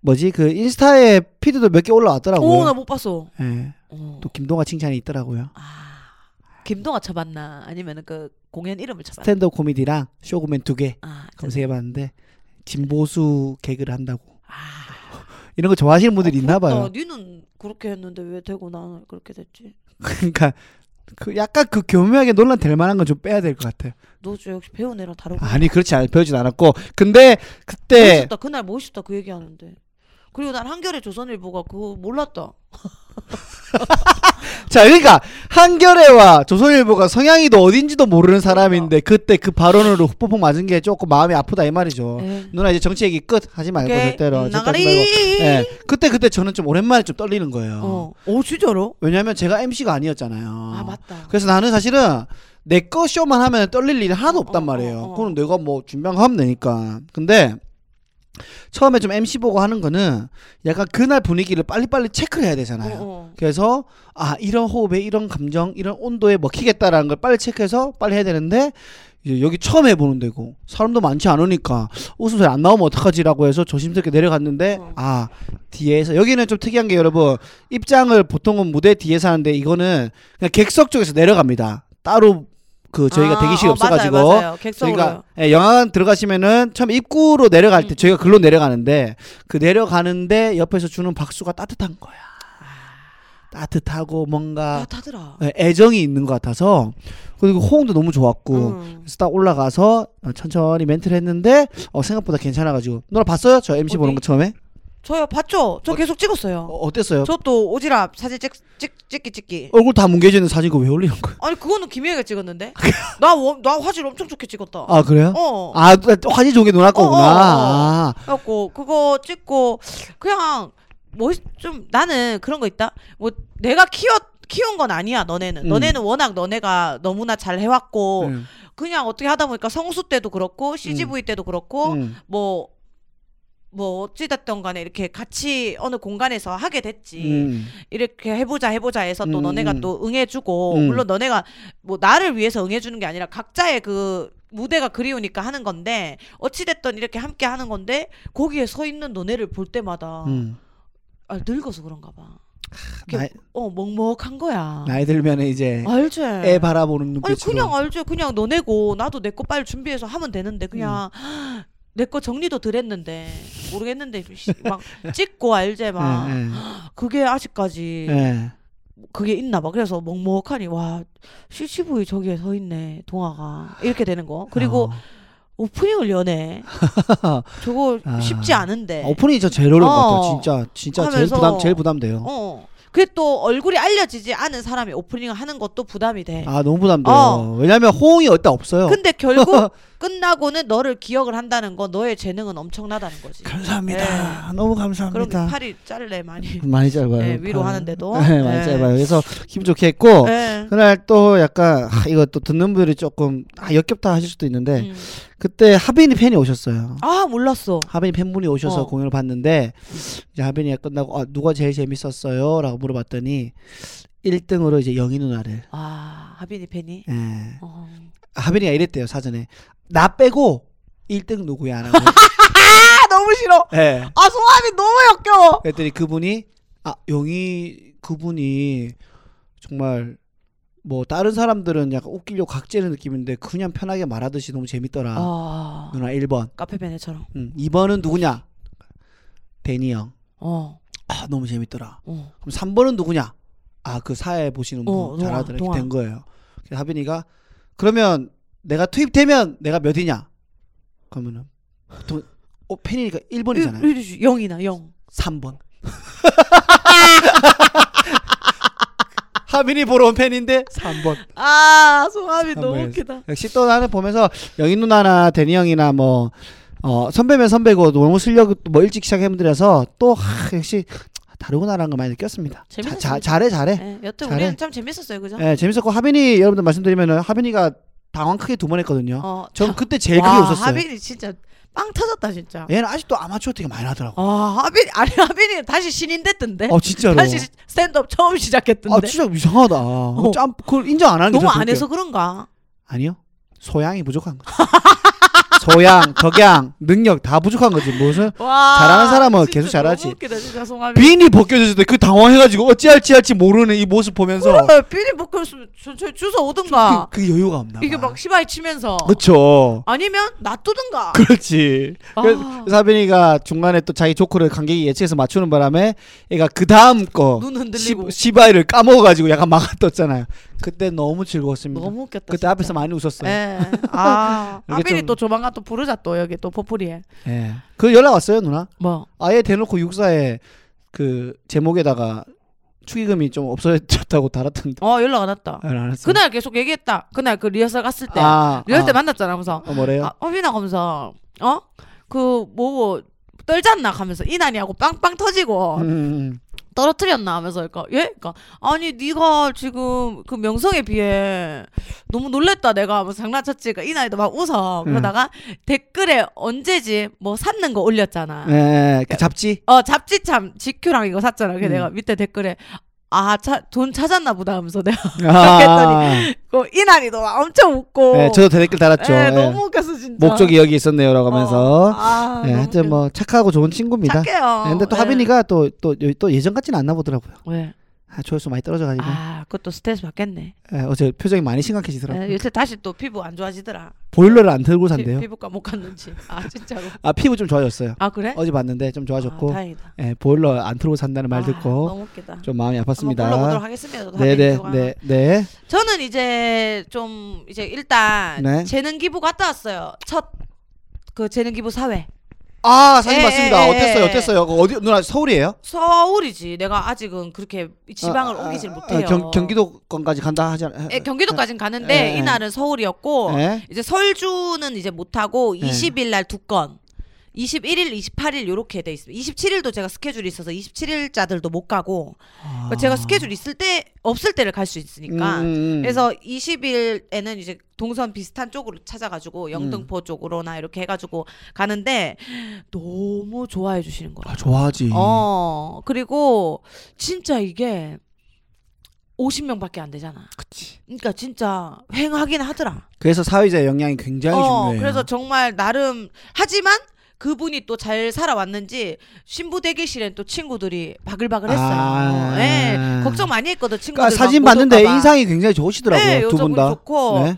[SPEAKER 2] 뭐지 그 인스타에 피드도 몇 개
[SPEAKER 1] 오 나
[SPEAKER 2] 올라왔더라고요.
[SPEAKER 1] 못 봤어.
[SPEAKER 2] 예,
[SPEAKER 1] 어.
[SPEAKER 2] 또 김동아 칭찬이 있더라고요.
[SPEAKER 1] 아 김동아 쳐봤나 아니면 그 공연 이름을 쳐봤나?
[SPEAKER 2] 스탠드 코미디랑 쇼그맨 두 개
[SPEAKER 1] 아,
[SPEAKER 2] 검색해봤는데 진보수 개그를 한다고
[SPEAKER 1] 아,
[SPEAKER 2] 이런 거 좋아하시는
[SPEAKER 1] 어,
[SPEAKER 2] 분들이 있나봐요.
[SPEAKER 1] 나 니는 그렇게 했는데 왜 되고 나는 그렇게 됐지?
[SPEAKER 2] (laughs) 그러니까 그 약간 그 교묘하게 논란 될 만한 건 좀 빼야 될 것 같아요.
[SPEAKER 1] 너 저 역시 배운 애랑 다르고
[SPEAKER 2] 아니 네. 그렇지 않 배우진 않았고 근데 그때
[SPEAKER 1] 멋있다 그날 멋있다 그 얘기하는데 그리고 난 한겨레 조선일보가 그거 몰랐다
[SPEAKER 2] 어, 자 그러니까 한겨레와 조선일보가 성향이도 어딘지도 모르는 사람인데 그때 그 발언으로 폭풍 맞은 게 조금 마음이 아프다 이 말이죠.
[SPEAKER 1] 에이,
[SPEAKER 2] 누나 아, 이제 정치 얘기 끝 하지 말고
[SPEAKER 1] 네. 오케이.
[SPEAKER 2] 절대로
[SPEAKER 1] 음,
[SPEAKER 2] 절대 하지
[SPEAKER 1] 예. 나가리
[SPEAKER 2] 말고. 예. 그때 그때 저는 좀 오랜만에 좀 떨리는 거예요.
[SPEAKER 1] 어. 오 진짜로?
[SPEAKER 2] 왜냐하면 제가 MC가 아니었잖아요.
[SPEAKER 1] 아 맞다
[SPEAKER 2] 어. 그래서 나는 사실은 내 거 쇼만 하면 떨릴 일이 하나도 없단
[SPEAKER 1] 어,
[SPEAKER 2] 말이에요.
[SPEAKER 1] 어, 어.
[SPEAKER 2] 그건 내가 뭐 준비한 거 하면 되니까. 근데 처음에 좀 MC 보고 하는 거는 약간 그날 분위기를 빨리빨리 체크를 해야 되잖아요.
[SPEAKER 1] 어, 어.
[SPEAKER 2] 그래서 아 이런 호흡에 이런 감정 이런 온도에 먹히겠다라는 걸 빨리 체크해서 빨리 해야 되는데 이제 여기 처음 해보는 데고 사람도 많지 않으니까 웃음소리 안 나오면 어떡하지라고 해서 조심스럽게 내려갔는데
[SPEAKER 1] 어.
[SPEAKER 2] 아 뒤에서 여기는 좀 특이한 게 여러분 입장을 보통은 무대 뒤에서 하는데 이거는 그냥 객석 쪽에서 내려갑니다 따로 그 저희가
[SPEAKER 1] 아,
[SPEAKER 2] 대기실이
[SPEAKER 1] 어,
[SPEAKER 2] 없어가지고
[SPEAKER 1] 맞아요, 맞아요. 객석으로
[SPEAKER 2] 저희가 예, 영화관 들어가시면은 처음 입구로 내려갈 때
[SPEAKER 1] 음.
[SPEAKER 2] 저희가 글로 내려가는데 그 내려가는데 옆에서 주는 박수가 따뜻한 거야. 따뜻하고 뭔가
[SPEAKER 1] 아. 따뜻하더라
[SPEAKER 2] 예, 애정이 있는 것 같아서 그리고 호응도 너무 좋았고
[SPEAKER 1] 응.
[SPEAKER 2] 그래서 딱 올라가서 어, 천천히 멘트를 했는데 어, 생각보다 괜찮아가지고 누나 봤어요? 저 MC
[SPEAKER 1] 어디?
[SPEAKER 2] 보는 거 처음에?
[SPEAKER 1] 저요 봤죠? 저
[SPEAKER 2] 어,
[SPEAKER 1] 계속 찍었어요.
[SPEAKER 2] 어, 어땠어요?
[SPEAKER 1] 저 또 오지랖 사진 찍, 찍 찍기 찍기.
[SPEAKER 2] 얼굴 다 뭉개져 있는 사진 그거 왜 올리는 거야?
[SPEAKER 1] 아니 그거는 김혜애가 찍었는데 나 원 나 화질 엄청 좋게 찍었다.
[SPEAKER 2] 아 그래요?
[SPEAKER 1] 어.
[SPEAKER 2] 아 나- 화질 좋은 게 누나
[SPEAKER 1] 어,
[SPEAKER 2] 거구나.
[SPEAKER 1] 어, 어.
[SPEAKER 2] 아.
[SPEAKER 1] 그래갖고 그거 찍고 그냥 뭐 좀 나는 그런 거 있다. 뭐 내가 키워 키운 건 아니야 너네는.
[SPEAKER 2] 음.
[SPEAKER 1] 너네는 워낙 너네가 너무나 잘 해왔고
[SPEAKER 2] 음,
[SPEAKER 1] 그냥 어떻게 하다 보니까 성수 때도 그렇고 CGV 때도 그렇고
[SPEAKER 2] 음.
[SPEAKER 1] 뭐. 뭐 어찌됐든 간에 이렇게 같이 어느 공간에서 하게 됐지
[SPEAKER 2] 음.
[SPEAKER 1] 이렇게 해보자 해보자 해서 또
[SPEAKER 2] 음,
[SPEAKER 1] 너네가
[SPEAKER 2] 음.
[SPEAKER 1] 또 응해주고
[SPEAKER 2] 음.
[SPEAKER 1] 물론 너네가 뭐 나를 위해서 응해주는 게 아니라 각자의 그 무대가 그리우니까 하는 건데 어찌됐든 이렇게 함께 하는 건데 거기에 서 있는 너네를 볼 때마다
[SPEAKER 2] 음.
[SPEAKER 1] 아, 늙어서 어. 그런가 봐. 이렇게
[SPEAKER 2] 나이,
[SPEAKER 1] 어 먹먹한 거야.
[SPEAKER 2] 어. 나이 들면 이제
[SPEAKER 1] 알지?
[SPEAKER 2] 아, 예. 애 바라보는
[SPEAKER 1] 어, 예. 아니
[SPEAKER 2] 눈빛으로.
[SPEAKER 1] 그냥 알지? 그냥 너네고 나도 내 거 빨리 준비해서 하면 되는데 그냥
[SPEAKER 2] 음.
[SPEAKER 1] (gasps) 내 거 정리도 덜했는데 모르겠는데 씨,
[SPEAKER 2] (laughs)
[SPEAKER 1] 막 찍고 알지 막
[SPEAKER 2] 예,
[SPEAKER 1] 그게 아직까지
[SPEAKER 2] 예, 예.
[SPEAKER 1] 그게 있나 봐. 그래서 먹먹하니 와 CCV 저기에 서 있네 동화가 이렇게 되는 거. 그리고
[SPEAKER 2] 어.
[SPEAKER 1] 오프닝을
[SPEAKER 2] (laughs)
[SPEAKER 1] 연해. 저거
[SPEAKER 2] 아.
[SPEAKER 1] 쉽지 않은데.
[SPEAKER 2] 오프닝이 저 제일 어려운 것 같아요.
[SPEAKER 1] 예. 어.
[SPEAKER 2] 진짜 진짜 제일
[SPEAKER 1] 하면서-
[SPEAKER 2] 부담 제일 부담돼요.
[SPEAKER 1] 어. 그게 또 얼굴이 알려지지 않은 사람이 오프닝을 하는 것도 부담이 돼.
[SPEAKER 2] 아 너무 부담돼요.
[SPEAKER 1] 예. 어.
[SPEAKER 2] 왜냐면 호응이 어디 없어요.
[SPEAKER 1] 근데
[SPEAKER 2] (laughs)
[SPEAKER 1] 결국 끝나고는 너를 기억을 한다는 거 너의 재능은 엄청나다는 거지.
[SPEAKER 2] 감사합니다. 너무
[SPEAKER 1] 예. 그럼
[SPEAKER 2] 감사합니다. 음,
[SPEAKER 1] 팔이 잘래 많이.
[SPEAKER 2] 많이 짧아요.
[SPEAKER 1] 예, 위로
[SPEAKER 2] 팔.
[SPEAKER 1] 하는데도.
[SPEAKER 2] 네, 많이
[SPEAKER 1] 예.
[SPEAKER 2] 짧아요. 그래서 기분 좋게 했고
[SPEAKER 1] 예.
[SPEAKER 2] 그날 또 약간 아, 이거 또 듣는 분들이 조금 아, 역겹다 하실 수도 있는데
[SPEAKER 1] 음.
[SPEAKER 2] 그때 하빈이 팬이 오셨어요.
[SPEAKER 1] 아 몰랐어.
[SPEAKER 2] 하빈이 팬분이 오셔서
[SPEAKER 1] 어.
[SPEAKER 2] 공연을 봤는데 이제 하빈이가 끝나고 아, 누가 제일 재밌었어요?라고 물어봤더니 1등으로 이제 영희 누나를
[SPEAKER 1] 아 하빈이 팬이.
[SPEAKER 2] 예.
[SPEAKER 1] 어.
[SPEAKER 2] 하빈이가 이랬대요 사전에 나 빼고 1등 누구야? 라고
[SPEAKER 1] 아 너무 싫어.
[SPEAKER 2] 예.
[SPEAKER 1] 아 소감이 너무 역겨워.
[SPEAKER 2] 그랬더니 그분이 아 영희 그분이 정말 뭐 다른 사람들은 약간 웃기려고 각지는 느낌인데 그냥 편하게 말하듯이 너무 재밌더라.
[SPEAKER 1] 아.
[SPEAKER 2] 누나 1번.
[SPEAKER 1] 카페 베네처럼.
[SPEAKER 2] 음, 2번은 누구냐? 데니 형.
[SPEAKER 1] 어.
[SPEAKER 2] 아, 너무 재밌더라.
[SPEAKER 1] 어.
[SPEAKER 2] 그럼 3번은 누구냐? 아, 그 사회 보시는 분
[SPEAKER 1] 어, 동아,
[SPEAKER 2] 잘하더라.
[SPEAKER 1] 동아.
[SPEAKER 2] 이렇게 된 거예요. 그래서 하빈이가 그러면 내가 투입되면 내가 몇이냐? 그러면은 보통 어, 팬이니까 1번이잖아요.
[SPEAKER 1] 일- 일- 영이나 영.
[SPEAKER 2] 3번. (laughs) 하빈이 보러 온 팬인데 3번.
[SPEAKER 1] 아 소감이
[SPEAKER 2] 한
[SPEAKER 1] 너무
[SPEAKER 2] 번에-
[SPEAKER 1] 웃기다.
[SPEAKER 2] 역시 또 나는 보면서 영인 누나나 데니 형이나 뭐 어, 선배면 선배고 너무 실력 뭐 일찍 시작한 분들이라서 또 하, 역시 다르구나라는 걸 많이 느꼈습니다.
[SPEAKER 1] 재밌었어요.
[SPEAKER 2] 자, 자, 잘해 잘해.
[SPEAKER 1] 예, 여튼
[SPEAKER 2] 잘해.
[SPEAKER 1] 우리는 참 재밌었어요, 그죠?
[SPEAKER 2] 예, 재밌었고 하빈이 여러분들 말씀드리면은 하빈이가 당황 크게 두 번 했거든요.
[SPEAKER 1] 어.
[SPEAKER 2] 전
[SPEAKER 1] 참-
[SPEAKER 2] 그때 제일
[SPEAKER 1] 와,
[SPEAKER 2] 크게 웃었어요. 예.
[SPEAKER 1] 하빈이 진짜 빵 터졌다 진짜.
[SPEAKER 2] 얘는 아직도 아마추어 되게 많이 하더라고.
[SPEAKER 1] 아 하빈 아니 하빈이 다시 신인 됐던데.
[SPEAKER 2] 어 진짜로.
[SPEAKER 1] 다시 스탠드업 처음 시작했던데. 어.
[SPEAKER 2] 아 진짜 이상하다. 어, 짬 그걸 인정 안 하는 게
[SPEAKER 1] 너무
[SPEAKER 2] 저도
[SPEAKER 1] 안
[SPEAKER 2] 웃겨요.
[SPEAKER 1] 해서 그런가?
[SPEAKER 2] 아니요. 소양이 부족한 거죠. (laughs) 소양, 덕양, 능력 다 부족한 거지. 무슨
[SPEAKER 1] 와.
[SPEAKER 2] 잘하는 사람은
[SPEAKER 1] 진짜
[SPEAKER 2] 계속 잘하지.
[SPEAKER 1] 너무 웃기다 진짜 송하빈.
[SPEAKER 2] 빈이 벗겨졌을 때 그 당황해가지고 어찌할지 할지 모르는 이 모습 보면서
[SPEAKER 1] 그래, 빈이 묶였으면 천천히 주워
[SPEAKER 2] 그,
[SPEAKER 1] 오든가.
[SPEAKER 2] 그 여유가 없나 봐.
[SPEAKER 1] 이게 막 시바이 치면서.
[SPEAKER 2] 그쵸.
[SPEAKER 1] 아니면 놔두든가.
[SPEAKER 2] 그렇지.
[SPEAKER 1] 아.
[SPEAKER 2] 그래서 사빈이가 중간에 또 자기 조커를 관객이 예측해서 맞추는 바람에 얘가 그 다음 거
[SPEAKER 1] 눈
[SPEAKER 2] 시,
[SPEAKER 1] 흔들리고.
[SPEAKER 2] 시바이를 까먹어가지고 약간 막아떴잖아요. 그때 너무 즐거웠습니다.
[SPEAKER 1] 너무 웃겼다.
[SPEAKER 2] 그때
[SPEAKER 1] 진짜.
[SPEAKER 2] 앞에서 많이 웃었어요.
[SPEAKER 1] 예. 아,
[SPEAKER 2] (laughs) 이렇게
[SPEAKER 1] 아빈이
[SPEAKER 2] 좀-
[SPEAKER 1] 또 조만간 또 부르자 또 여기 또 포프리에.
[SPEAKER 2] 예. 그 연락 왔어요 누나?
[SPEAKER 1] 뭐?
[SPEAKER 2] 아예 대놓고 육사에 그 제목에다가 축의금이 좀 없어졌다고 달았던데
[SPEAKER 1] 어 연락 안 왔다.
[SPEAKER 2] 아, 안 했어요.
[SPEAKER 1] 그날 계속 얘기했다. 그날 그 리허설 갔을 때.
[SPEAKER 2] 아,
[SPEAKER 1] 리허설 때
[SPEAKER 2] 아.
[SPEAKER 1] 만났잖아. 하면서
[SPEAKER 2] 어, 뭐래요?
[SPEAKER 1] 아, 어빈아 하면서 어? 그 뭐고 떨잖나 하면서 이난이하고 빵빵 터지고
[SPEAKER 2] 음, 음,
[SPEAKER 1] 떨어뜨렸나 하면서 그러니까 예? 그러니까 아니 네가 지금 그 명성에 비해 너무 놀랬다 내가 하면서 장난쳤지. 그러니까 이난이도 막 웃어.
[SPEAKER 2] 음.
[SPEAKER 1] 그러다가 댓글에 언제지 뭐 샀는 거 올렸잖아.
[SPEAKER 2] 음. 예, 그 잡지.
[SPEAKER 1] 어 잡지 참 GQ랑 이거 샀잖아. 그래
[SPEAKER 2] 음.
[SPEAKER 1] 내가 밑에 댓글에 아 돈 찾았나 보다 하면서 내가 (laughs)
[SPEAKER 2] 아,
[SPEAKER 1] 그 이난이도 막 엄청 웃고
[SPEAKER 2] 예, 저도 댓글 달았죠.
[SPEAKER 1] 예,
[SPEAKER 2] 예.
[SPEAKER 1] 너무 웃겼어 진짜
[SPEAKER 2] 목적이 여기 있었네요라고 하면서.
[SPEAKER 1] 어. 아,
[SPEAKER 2] 예,
[SPEAKER 1] 너무
[SPEAKER 2] 하여튼 뭐 착하고 좋은 친구입니다.
[SPEAKER 1] 착해요.
[SPEAKER 2] 예, 근데 또
[SPEAKER 1] 예.
[SPEAKER 2] 하빈이가 또 또 또 예전 같진 않나 보더라고요.
[SPEAKER 1] 왜?
[SPEAKER 2] 아, 조회수 많이 떨어져가지고
[SPEAKER 1] 아 그것도 스트레스 받겠네.
[SPEAKER 2] 예, 어제 표정이 많이 심각해지더라고. 요
[SPEAKER 1] 예, 요새 다시 또 피부 안 좋아지더라.
[SPEAKER 2] 보일러를 안 들고
[SPEAKER 1] 피,
[SPEAKER 2] 산대요.
[SPEAKER 1] 피부과 못 갔는지. 아 진짜로.
[SPEAKER 2] 아 피부 좀 좋아졌어요.
[SPEAKER 1] 아 그래?
[SPEAKER 2] 어제 봤는데 좀
[SPEAKER 1] 아,
[SPEAKER 2] 좋아졌고
[SPEAKER 1] 다행이다.
[SPEAKER 2] 예, 보일러 안 틀고 산다는 말
[SPEAKER 1] 아,
[SPEAKER 2] 듣고
[SPEAKER 1] 너무 웃기다.
[SPEAKER 2] 좀 마음이
[SPEAKER 1] 한번 불러보도록
[SPEAKER 2] 아팠습니다.
[SPEAKER 1] 하겠습니다. 저도 하빈이
[SPEAKER 2] 네네
[SPEAKER 1] 좋아하는.
[SPEAKER 2] 네 네.
[SPEAKER 1] 저는 이제 좀 이제 일단
[SPEAKER 2] 네.
[SPEAKER 1] 재능 기부 갔다 왔어요. 첫 그 재능 기부 사회.
[SPEAKER 2] 아 사진
[SPEAKER 1] 예,
[SPEAKER 2] 봤습니다.
[SPEAKER 1] 예, 예,
[SPEAKER 2] 어땠어요?
[SPEAKER 1] 예.
[SPEAKER 2] 어땠어요? 그거 어디 누나 서울이에요?
[SPEAKER 1] 서울이지. 내가 아직은 그렇게 지방을
[SPEAKER 2] 아, 아,
[SPEAKER 1] 옮기질
[SPEAKER 2] 아,
[SPEAKER 1] 못해요.
[SPEAKER 2] 경, 경기도권까지 간다 하지 않아요?
[SPEAKER 1] 예, 경기도까지는 갔는데
[SPEAKER 2] 예, 예.
[SPEAKER 1] 이날은 서울이었고
[SPEAKER 2] 예?
[SPEAKER 1] 이제 설주는 이제 못 하고
[SPEAKER 2] 예.
[SPEAKER 1] 20일 날 두 건. 21일, 28일 요렇게 돼 있습니다. 27일도 제가 스케줄이 있어서 27일자들도 못 가고 그러니까 제가 스케줄 있을 때 없을 때를 갈 수 있으니까
[SPEAKER 2] 아. 음, 음,
[SPEAKER 1] 그러니까.
[SPEAKER 2] 음.
[SPEAKER 1] 그래서 20일에는 이제 동선 비슷한 쪽으로
[SPEAKER 2] 음.
[SPEAKER 1] 찾아가지고 영등포 쪽으로나 이렇게 해가지고 가는데 너무 좋아해 주시는 거예요.
[SPEAKER 2] 아, 좋아하지.
[SPEAKER 1] 어 그리고 진짜 이게 50명밖에 안 되잖아.
[SPEAKER 2] 그치.
[SPEAKER 1] 그러니까 진짜 횡하긴 하더라.
[SPEAKER 2] 그래서 사회자의 영향이 굉장히
[SPEAKER 1] 어
[SPEAKER 2] 중요해요.
[SPEAKER 1] 그래서 정말 나름 하지만 그분이 또 잘 살아왔는지 신부 대기실엔 또 친구들이 바글바글했어요.
[SPEAKER 2] 아.
[SPEAKER 1] 예 걱정 많이 했거든 친구들.
[SPEAKER 2] 그러니까 사진
[SPEAKER 1] 막
[SPEAKER 2] 봤는데
[SPEAKER 1] 못 올까봐.
[SPEAKER 2] 인상이 굉장히 좋으시더라고요.
[SPEAKER 1] 네,
[SPEAKER 2] 두 분
[SPEAKER 1] 여자분
[SPEAKER 2] 다.
[SPEAKER 1] 좋고
[SPEAKER 2] 네.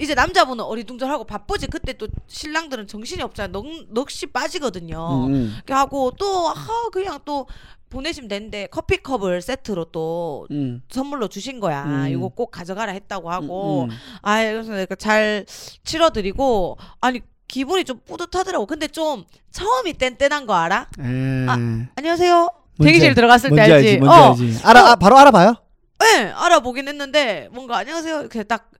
[SPEAKER 1] 이제 남자분은 어리둥절하고 바쁘지 그때 또 신랑들은 정신이 없잖아 넉, 넋이 빠지거든요
[SPEAKER 2] 음, 음.
[SPEAKER 1] 이렇게 하고 또 아, 그냥 또 보내시면 되는데 커피컵을 세트로 또
[SPEAKER 2] 음,
[SPEAKER 1] 선물로 주신 거야
[SPEAKER 2] 음.
[SPEAKER 1] 이거 꼭 가져가라 했다고
[SPEAKER 2] 음,
[SPEAKER 1] 하고
[SPEAKER 2] 음.
[SPEAKER 1] 아 그래서 내가 잘 치러드리고 아니 기분이 좀 뿌듯하더라고 근데 좀 처음이 뗀뗀한 거 알아?
[SPEAKER 2] 에.
[SPEAKER 1] 아, 안녕하세요
[SPEAKER 2] 뭔지
[SPEAKER 1] 대기실
[SPEAKER 2] 알-
[SPEAKER 1] 들어갔을 때
[SPEAKER 2] 뭔지
[SPEAKER 1] 알지,
[SPEAKER 2] 알지, 뭔지
[SPEAKER 1] 어,
[SPEAKER 2] 알지. 알아, 아, 바로 알아봐요?
[SPEAKER 1] 예, 알아보긴 했는데 뭔가 안녕하세요 이렇게 딱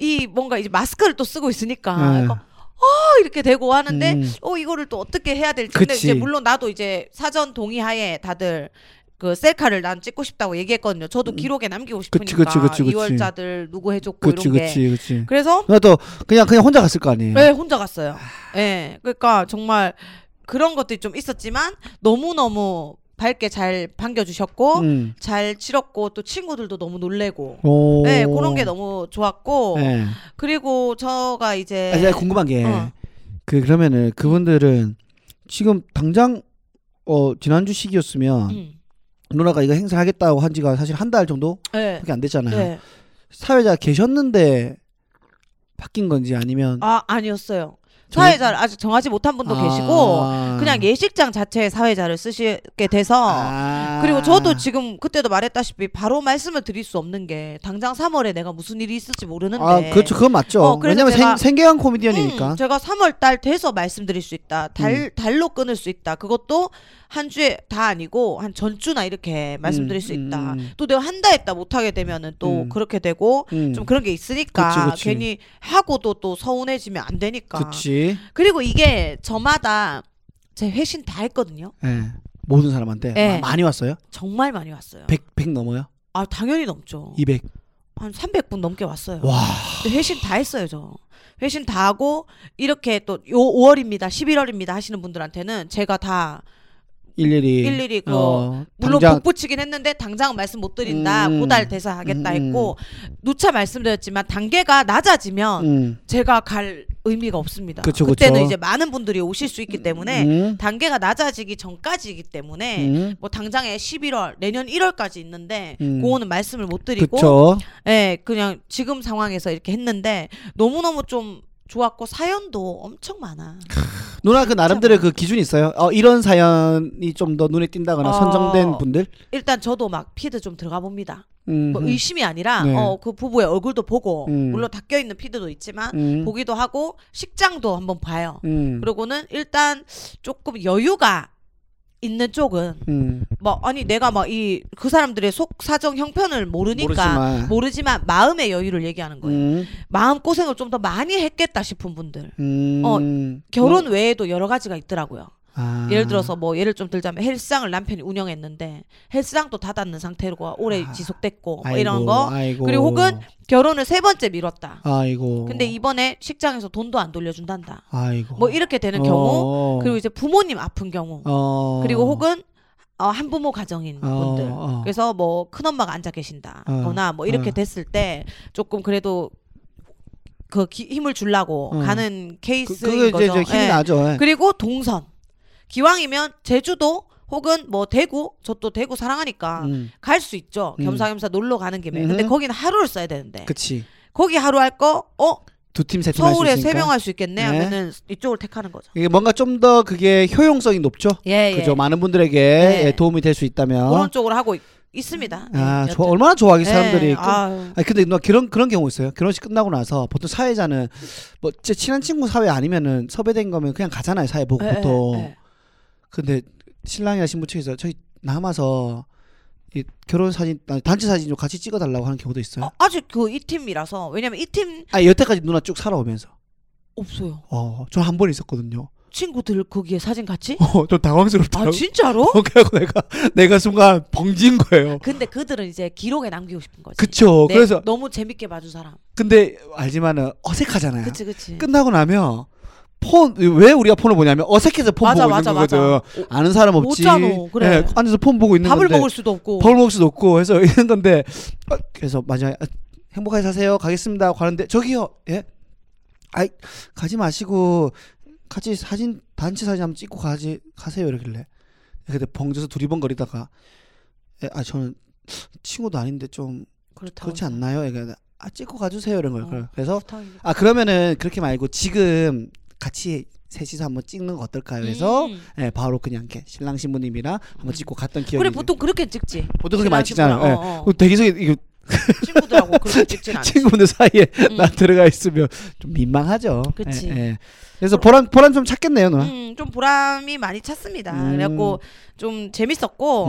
[SPEAKER 1] 이 뭔가 이제 마스크를 또 쓰고 있으니까
[SPEAKER 2] 네.
[SPEAKER 1] 약간 어 이렇게 되고 하는데
[SPEAKER 2] 음.
[SPEAKER 1] 어 이거를 또 어떻게 해야 될지 근데
[SPEAKER 2] 그치.
[SPEAKER 1] 이제 물론 나도 이제 사전 동의하에 다들 그 셀카를 난 찍고 싶다고 얘기했거든요. 저도 기록에 남기고 싶으니까
[SPEAKER 2] 음. 그치, 그치, 그치, 그치.
[SPEAKER 1] 2월자들 누구 해줬고
[SPEAKER 2] 그치,
[SPEAKER 1] 이런 게
[SPEAKER 2] 그치, 음. 그치.
[SPEAKER 1] 그래서
[SPEAKER 2] 누나 또 그냥 그냥 혼자 갔을 거 아니에요?
[SPEAKER 1] 예 혼자 갔어요. 예 그러니까 정말 그런 것들이 좀 있었지만 너무 너무 밝게 잘 반겨주셨고
[SPEAKER 2] 음.
[SPEAKER 1] 잘 치렀고 또 친구들도 너무 놀래고
[SPEAKER 2] 오.
[SPEAKER 1] 네, 그런 게 너무 좋았고
[SPEAKER 2] 네.
[SPEAKER 1] 그리고 저가 이제
[SPEAKER 2] 아, 제가 궁금한
[SPEAKER 1] 네.
[SPEAKER 2] 게,
[SPEAKER 1] 어.
[SPEAKER 2] 그, 그러면은 그분들은 지금 당장, 어, 지난주 시기였으면
[SPEAKER 1] 음.
[SPEAKER 2] 누나가 이거 행사를 하겠다고 한 지가 사실 한 달 정도밖에
[SPEAKER 1] 네.
[SPEAKER 2] 안 됐잖아요.
[SPEAKER 1] 네.
[SPEAKER 2] 사회자 계셨는데 바뀐 건지 아니면.
[SPEAKER 1] 아 아니었어요.
[SPEAKER 2] 정-
[SPEAKER 1] 사회자를 아직 정하지 못한 분도
[SPEAKER 2] 아.
[SPEAKER 1] 계시고 그냥 예식장 자체에 사회자를 쓰시게 돼서
[SPEAKER 2] 아.
[SPEAKER 1] 그리고 저도 지금 그때도 말했다시피 바로 말씀을 드릴 수 없는 게 당장 3월에 내가 무슨 일이 있을지 모르는데
[SPEAKER 2] 아, 그렇죠. 그건 맞죠.
[SPEAKER 1] 어, 그래서
[SPEAKER 2] 왜냐면
[SPEAKER 1] 제가-
[SPEAKER 2] 생, 생계형
[SPEAKER 1] 음,
[SPEAKER 2] 코미디언이니까. 음.
[SPEAKER 1] 제가 3월 달 돼서 말씀드릴 수 있다. 달 달로 끊을 수 있다. 그것도 한 주에 다 아니고 한 전주나 이렇게 말씀드릴 수
[SPEAKER 2] 음,
[SPEAKER 1] 있다.
[SPEAKER 2] 음.
[SPEAKER 1] 또 내가 한다 했다 못 하게 되면은 또
[SPEAKER 2] 음.
[SPEAKER 1] 그렇게 되고
[SPEAKER 2] 음.
[SPEAKER 1] 좀 그런 게 있으니까
[SPEAKER 2] 그치, 그치.
[SPEAKER 1] 괜히 하고도 또 서운해지면 안 되니까.
[SPEAKER 2] 그치.
[SPEAKER 1] 그리고 이게 저마다 제 회신 다 했거든요.
[SPEAKER 2] 예. 모든 사람한테
[SPEAKER 1] 예.
[SPEAKER 2] 아, 많이 왔어요?
[SPEAKER 1] 정말 많이 왔어요.
[SPEAKER 2] 100, 100 넘어요?
[SPEAKER 1] 아 당연히 넘죠.
[SPEAKER 2] 200.
[SPEAKER 1] 한 300분 넘게 왔어요.
[SPEAKER 2] 와.
[SPEAKER 1] 근데 회신 다 했어요, 저. 회신 다 하고 이렇게 또 요 5월입니다. 11월입니다 하시는 분들한테는 제가 다
[SPEAKER 2] 일일이.
[SPEAKER 1] 일일이 그
[SPEAKER 2] 어,
[SPEAKER 1] 물론
[SPEAKER 2] 당장-
[SPEAKER 1] 복붙이긴 했는데 당장은 말씀 못 드린다.
[SPEAKER 2] 음.
[SPEAKER 1] 고달 대사 하겠다
[SPEAKER 2] 음, 음.
[SPEAKER 1] 했고 누차 말씀드렸지만 단계가 낮아지면
[SPEAKER 2] 음.
[SPEAKER 1] 제가 갈 의미가 없습니다.
[SPEAKER 2] 그쵸,
[SPEAKER 1] 때는
[SPEAKER 2] 그쵸.
[SPEAKER 1] 이제 많은 분들이 오실 수 있기 때문에
[SPEAKER 2] 음.
[SPEAKER 1] 단계가 낮아지기 전까지이기 때문에
[SPEAKER 2] 음.
[SPEAKER 1] 뭐 당장에 11월 내년 1월까지 있는데
[SPEAKER 2] 음.
[SPEAKER 1] 그거는 말씀을 못 드리고
[SPEAKER 2] 그쵸.
[SPEAKER 1] 예, 그냥 지금 상황에서 이렇게 했는데 너무너무 좀 좋았고 사연도 엄청 많아.
[SPEAKER 2] 누나 그 나름대로
[SPEAKER 1] 그렇죠.
[SPEAKER 2] 그 기준이 있어요. 어, 이런 사연이 좀 더 눈에 띈다거나
[SPEAKER 1] 어.
[SPEAKER 2] 선정된 분들.
[SPEAKER 1] 일단 저도 막 피드 좀 들어가 봅니다.
[SPEAKER 2] 음.
[SPEAKER 1] 뭐 의심이 아니라
[SPEAKER 2] 네.
[SPEAKER 1] 어, 그 부부의 얼굴도 보고
[SPEAKER 2] 음.
[SPEAKER 1] 물론 닦여 있는 피드도 있지만
[SPEAKER 2] 음.
[SPEAKER 1] 보기도 하고 식장도 한번 봐요.
[SPEAKER 2] 음.
[SPEAKER 1] 그러고는 일단 조금 여유가 있는 쪽은
[SPEAKER 2] 음.
[SPEAKER 1] 뭐 아니 내가 막 이 그 사람들의 속 사정 형편을 모르니까
[SPEAKER 2] 모르지만.
[SPEAKER 1] 모르지만 마음의 여유를 얘기하는 거예요.
[SPEAKER 2] 음.
[SPEAKER 1] 마음 고생을 좀 더 많이 했겠다 싶은 분들.
[SPEAKER 2] 음.
[SPEAKER 1] 어, 결혼 외에도 여러 가지가 있더라고요.
[SPEAKER 2] 뭐 아.
[SPEAKER 1] 예를 들어서 뭐 예를 좀 들자면 헬스장을 남편이 운영했는데 헬스장도 닫았는 상태로 오래
[SPEAKER 2] 아.
[SPEAKER 1] 지속됐고 뭐
[SPEAKER 2] 아이고,
[SPEAKER 1] 이런 거
[SPEAKER 2] 아이고.
[SPEAKER 1] 그리고 혹은 결혼을 세 번째 미뤘다.
[SPEAKER 2] 아이고.
[SPEAKER 1] 근데 이번에 식장에서 돈도 안 돌려준단다.
[SPEAKER 2] 아이고.
[SPEAKER 1] 뭐 이렇게 되는
[SPEAKER 2] 어.
[SPEAKER 1] 경우 그리고 이제 부모님 아픈 경우
[SPEAKER 2] 어.
[SPEAKER 1] 그리고 혹은 어, 한부모 가정인
[SPEAKER 2] 어,
[SPEAKER 1] 분들
[SPEAKER 2] 어.
[SPEAKER 1] 그래서 뭐 큰엄마가 앉아 계신다거나 뭐 이렇게
[SPEAKER 2] 어.
[SPEAKER 1] 됐을 때 조금 그래도 그 기- 힘을 주려고
[SPEAKER 2] 어.
[SPEAKER 1] 가는
[SPEAKER 2] 그,
[SPEAKER 1] 케이스인
[SPEAKER 2] 그게 이제
[SPEAKER 1] 거죠.
[SPEAKER 2] 저 힘이
[SPEAKER 1] 예.
[SPEAKER 2] 나죠. 예.
[SPEAKER 1] 그리고 동선 기왕이면 제주도 혹은 뭐 대구 저 또 대구 사랑하니까
[SPEAKER 2] 음.
[SPEAKER 1] 갈 수 있죠
[SPEAKER 2] 음.
[SPEAKER 1] 겸사겸사 놀러 가는 김에 근데
[SPEAKER 2] 음흠.
[SPEAKER 1] 거기는 하루를 써야 되는데
[SPEAKER 2] 그치.
[SPEAKER 1] 거기 하루 할 거 어
[SPEAKER 2] 두팀세 팀 할
[SPEAKER 1] 네.
[SPEAKER 2] 수
[SPEAKER 1] 서울에
[SPEAKER 2] 있으니까.
[SPEAKER 1] 세 명 할 수 있겠네
[SPEAKER 2] 네.
[SPEAKER 1] 하면은 이쪽을 택하는 거죠
[SPEAKER 2] 이게 뭔가 좀 더 그게 효용성이 높죠.
[SPEAKER 1] 예예
[SPEAKER 2] 그죠. 많은 분들에게 예, 도움이 될 수 있다면.
[SPEAKER 1] 그런 쪽으로 하고 있, 있습니다 예,
[SPEAKER 2] 아,
[SPEAKER 1] 여튼.
[SPEAKER 2] 좋아. 얼마나 좋아하기
[SPEAKER 1] 예,
[SPEAKER 2] 사람들이. 그-
[SPEAKER 1] 아유.
[SPEAKER 2] 아니 근데 누나 그런 그런 경우 있어요. 결혼식 끝나고 나서 보통 사회자는 뭐 제 친한 친구 사회 아니면은 섭외된 거면 그냥 가잖아요. 사회 보고
[SPEAKER 1] 예,
[SPEAKER 2] 보통.
[SPEAKER 1] 예, 예.
[SPEAKER 2] 근데 신랑이나 신부 측에서 저희 남아서 이 결혼 사진 아니, 단체 사진 좀 같이 찍어달라고 하는 경우도 있어요.
[SPEAKER 1] 어, 아직 그 이 팀이라서 왜냐면 이 팀
[SPEAKER 2] 아 여태까지 누나 쭉 살아오면서
[SPEAKER 1] 없어요.
[SPEAKER 2] 어저 한 번 있었거든요.
[SPEAKER 1] 친구들 거기에 사진 같이?
[SPEAKER 2] 어좀 당황스럽더라고.
[SPEAKER 1] 아 진짜로?
[SPEAKER 2] 그래갖고 내가 내가 순간 벙진 거예요.
[SPEAKER 1] 근데 그들은 이제 기록에 남기고 싶은 거지.
[SPEAKER 2] 그쵸.
[SPEAKER 1] 내-
[SPEAKER 2] 그래서
[SPEAKER 1] 너무 재밌게 봐준 사람.
[SPEAKER 2] 근데 알지만은 어색하잖아요.
[SPEAKER 1] 그치 그치.
[SPEAKER 2] 끝나고 나면 폰 왜 우리가 폰을 보냐면 어색해서 폰
[SPEAKER 1] 맞아
[SPEAKER 2] 보고
[SPEAKER 1] 맞아
[SPEAKER 2] 있는 거거든.
[SPEAKER 1] 맞아. 오,
[SPEAKER 2] 아는 사람
[SPEAKER 1] 못
[SPEAKER 2] 없지.
[SPEAKER 1] 자노, 그래.
[SPEAKER 2] 예, 앉아서 폰 보고 있는
[SPEAKER 1] 밥을
[SPEAKER 2] 건데
[SPEAKER 1] 먹을 수도 없고.
[SPEAKER 2] 밥을 먹을 수도 없고 해서 (laughs) 이런 건데 어, 그래서 마지막에 아, 행복하게 사세요. 가겠습니다. 하고 가는데 저기요. 예? 아이 가지 마시고 같이 사진 단체 사진 한번 찍고 가지 가세요 이러길래 근데 벙져서 두리번거리다가 예, 아 저는 친구도 아닌데 좀
[SPEAKER 1] 그렇다.
[SPEAKER 2] 그렇지 않나요? 얘가 아 찍고 가주세요 이런 거예요.
[SPEAKER 1] 어.
[SPEAKER 2] 그래서
[SPEAKER 1] 부탁이고.
[SPEAKER 2] 아 그러면은 그렇게 말고 지금 같이 셋이서 한번 찍는 거 어떨까요? 해서
[SPEAKER 1] 음.
[SPEAKER 2] 예, 바로 그냥 이렇게 신랑 신부님이랑 한번 찍고 갔던 기억이
[SPEAKER 1] 그래 보통 그렇게 찍지.
[SPEAKER 2] 보통 그렇게 많이
[SPEAKER 1] 친구랑
[SPEAKER 2] 찍잖아요.
[SPEAKER 1] 친구랑. 어,
[SPEAKER 2] 어, 대기석에 이거
[SPEAKER 1] 어. 친구들하고
[SPEAKER 2] (laughs)
[SPEAKER 1] 그렇게 찍진 않지.
[SPEAKER 2] 친구분들 사이에 (laughs)
[SPEAKER 1] 음.
[SPEAKER 2] 나 들어가 있으면 좀 민망하죠.
[SPEAKER 1] 그치.
[SPEAKER 2] 예, 예. 그래서 보람 보람 좀 찾겠네요, 누나. 음.
[SPEAKER 1] 음, 좀 보람이 많이 찼습니다.
[SPEAKER 2] 음.
[SPEAKER 1] 그래갖고 좀 재밌었고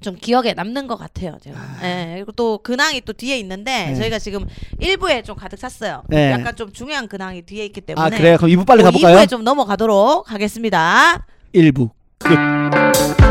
[SPEAKER 1] 좀 기억에 남는 것 같아요. 제가. 예, 그리고 또 근황이 또 뒤에 있는데
[SPEAKER 2] 네.
[SPEAKER 1] 저희가 지금 1부에 좀 가득 찼어요.
[SPEAKER 2] 네.
[SPEAKER 1] 약간 좀 중요한 근황이 뒤에 있기 때문에
[SPEAKER 2] 아 그래요. 그럼 2부 빨리
[SPEAKER 1] 뭐
[SPEAKER 2] 가볼까요?
[SPEAKER 1] 2부에 좀 넘어가도록 하겠습니다.
[SPEAKER 2] 1부. 끝.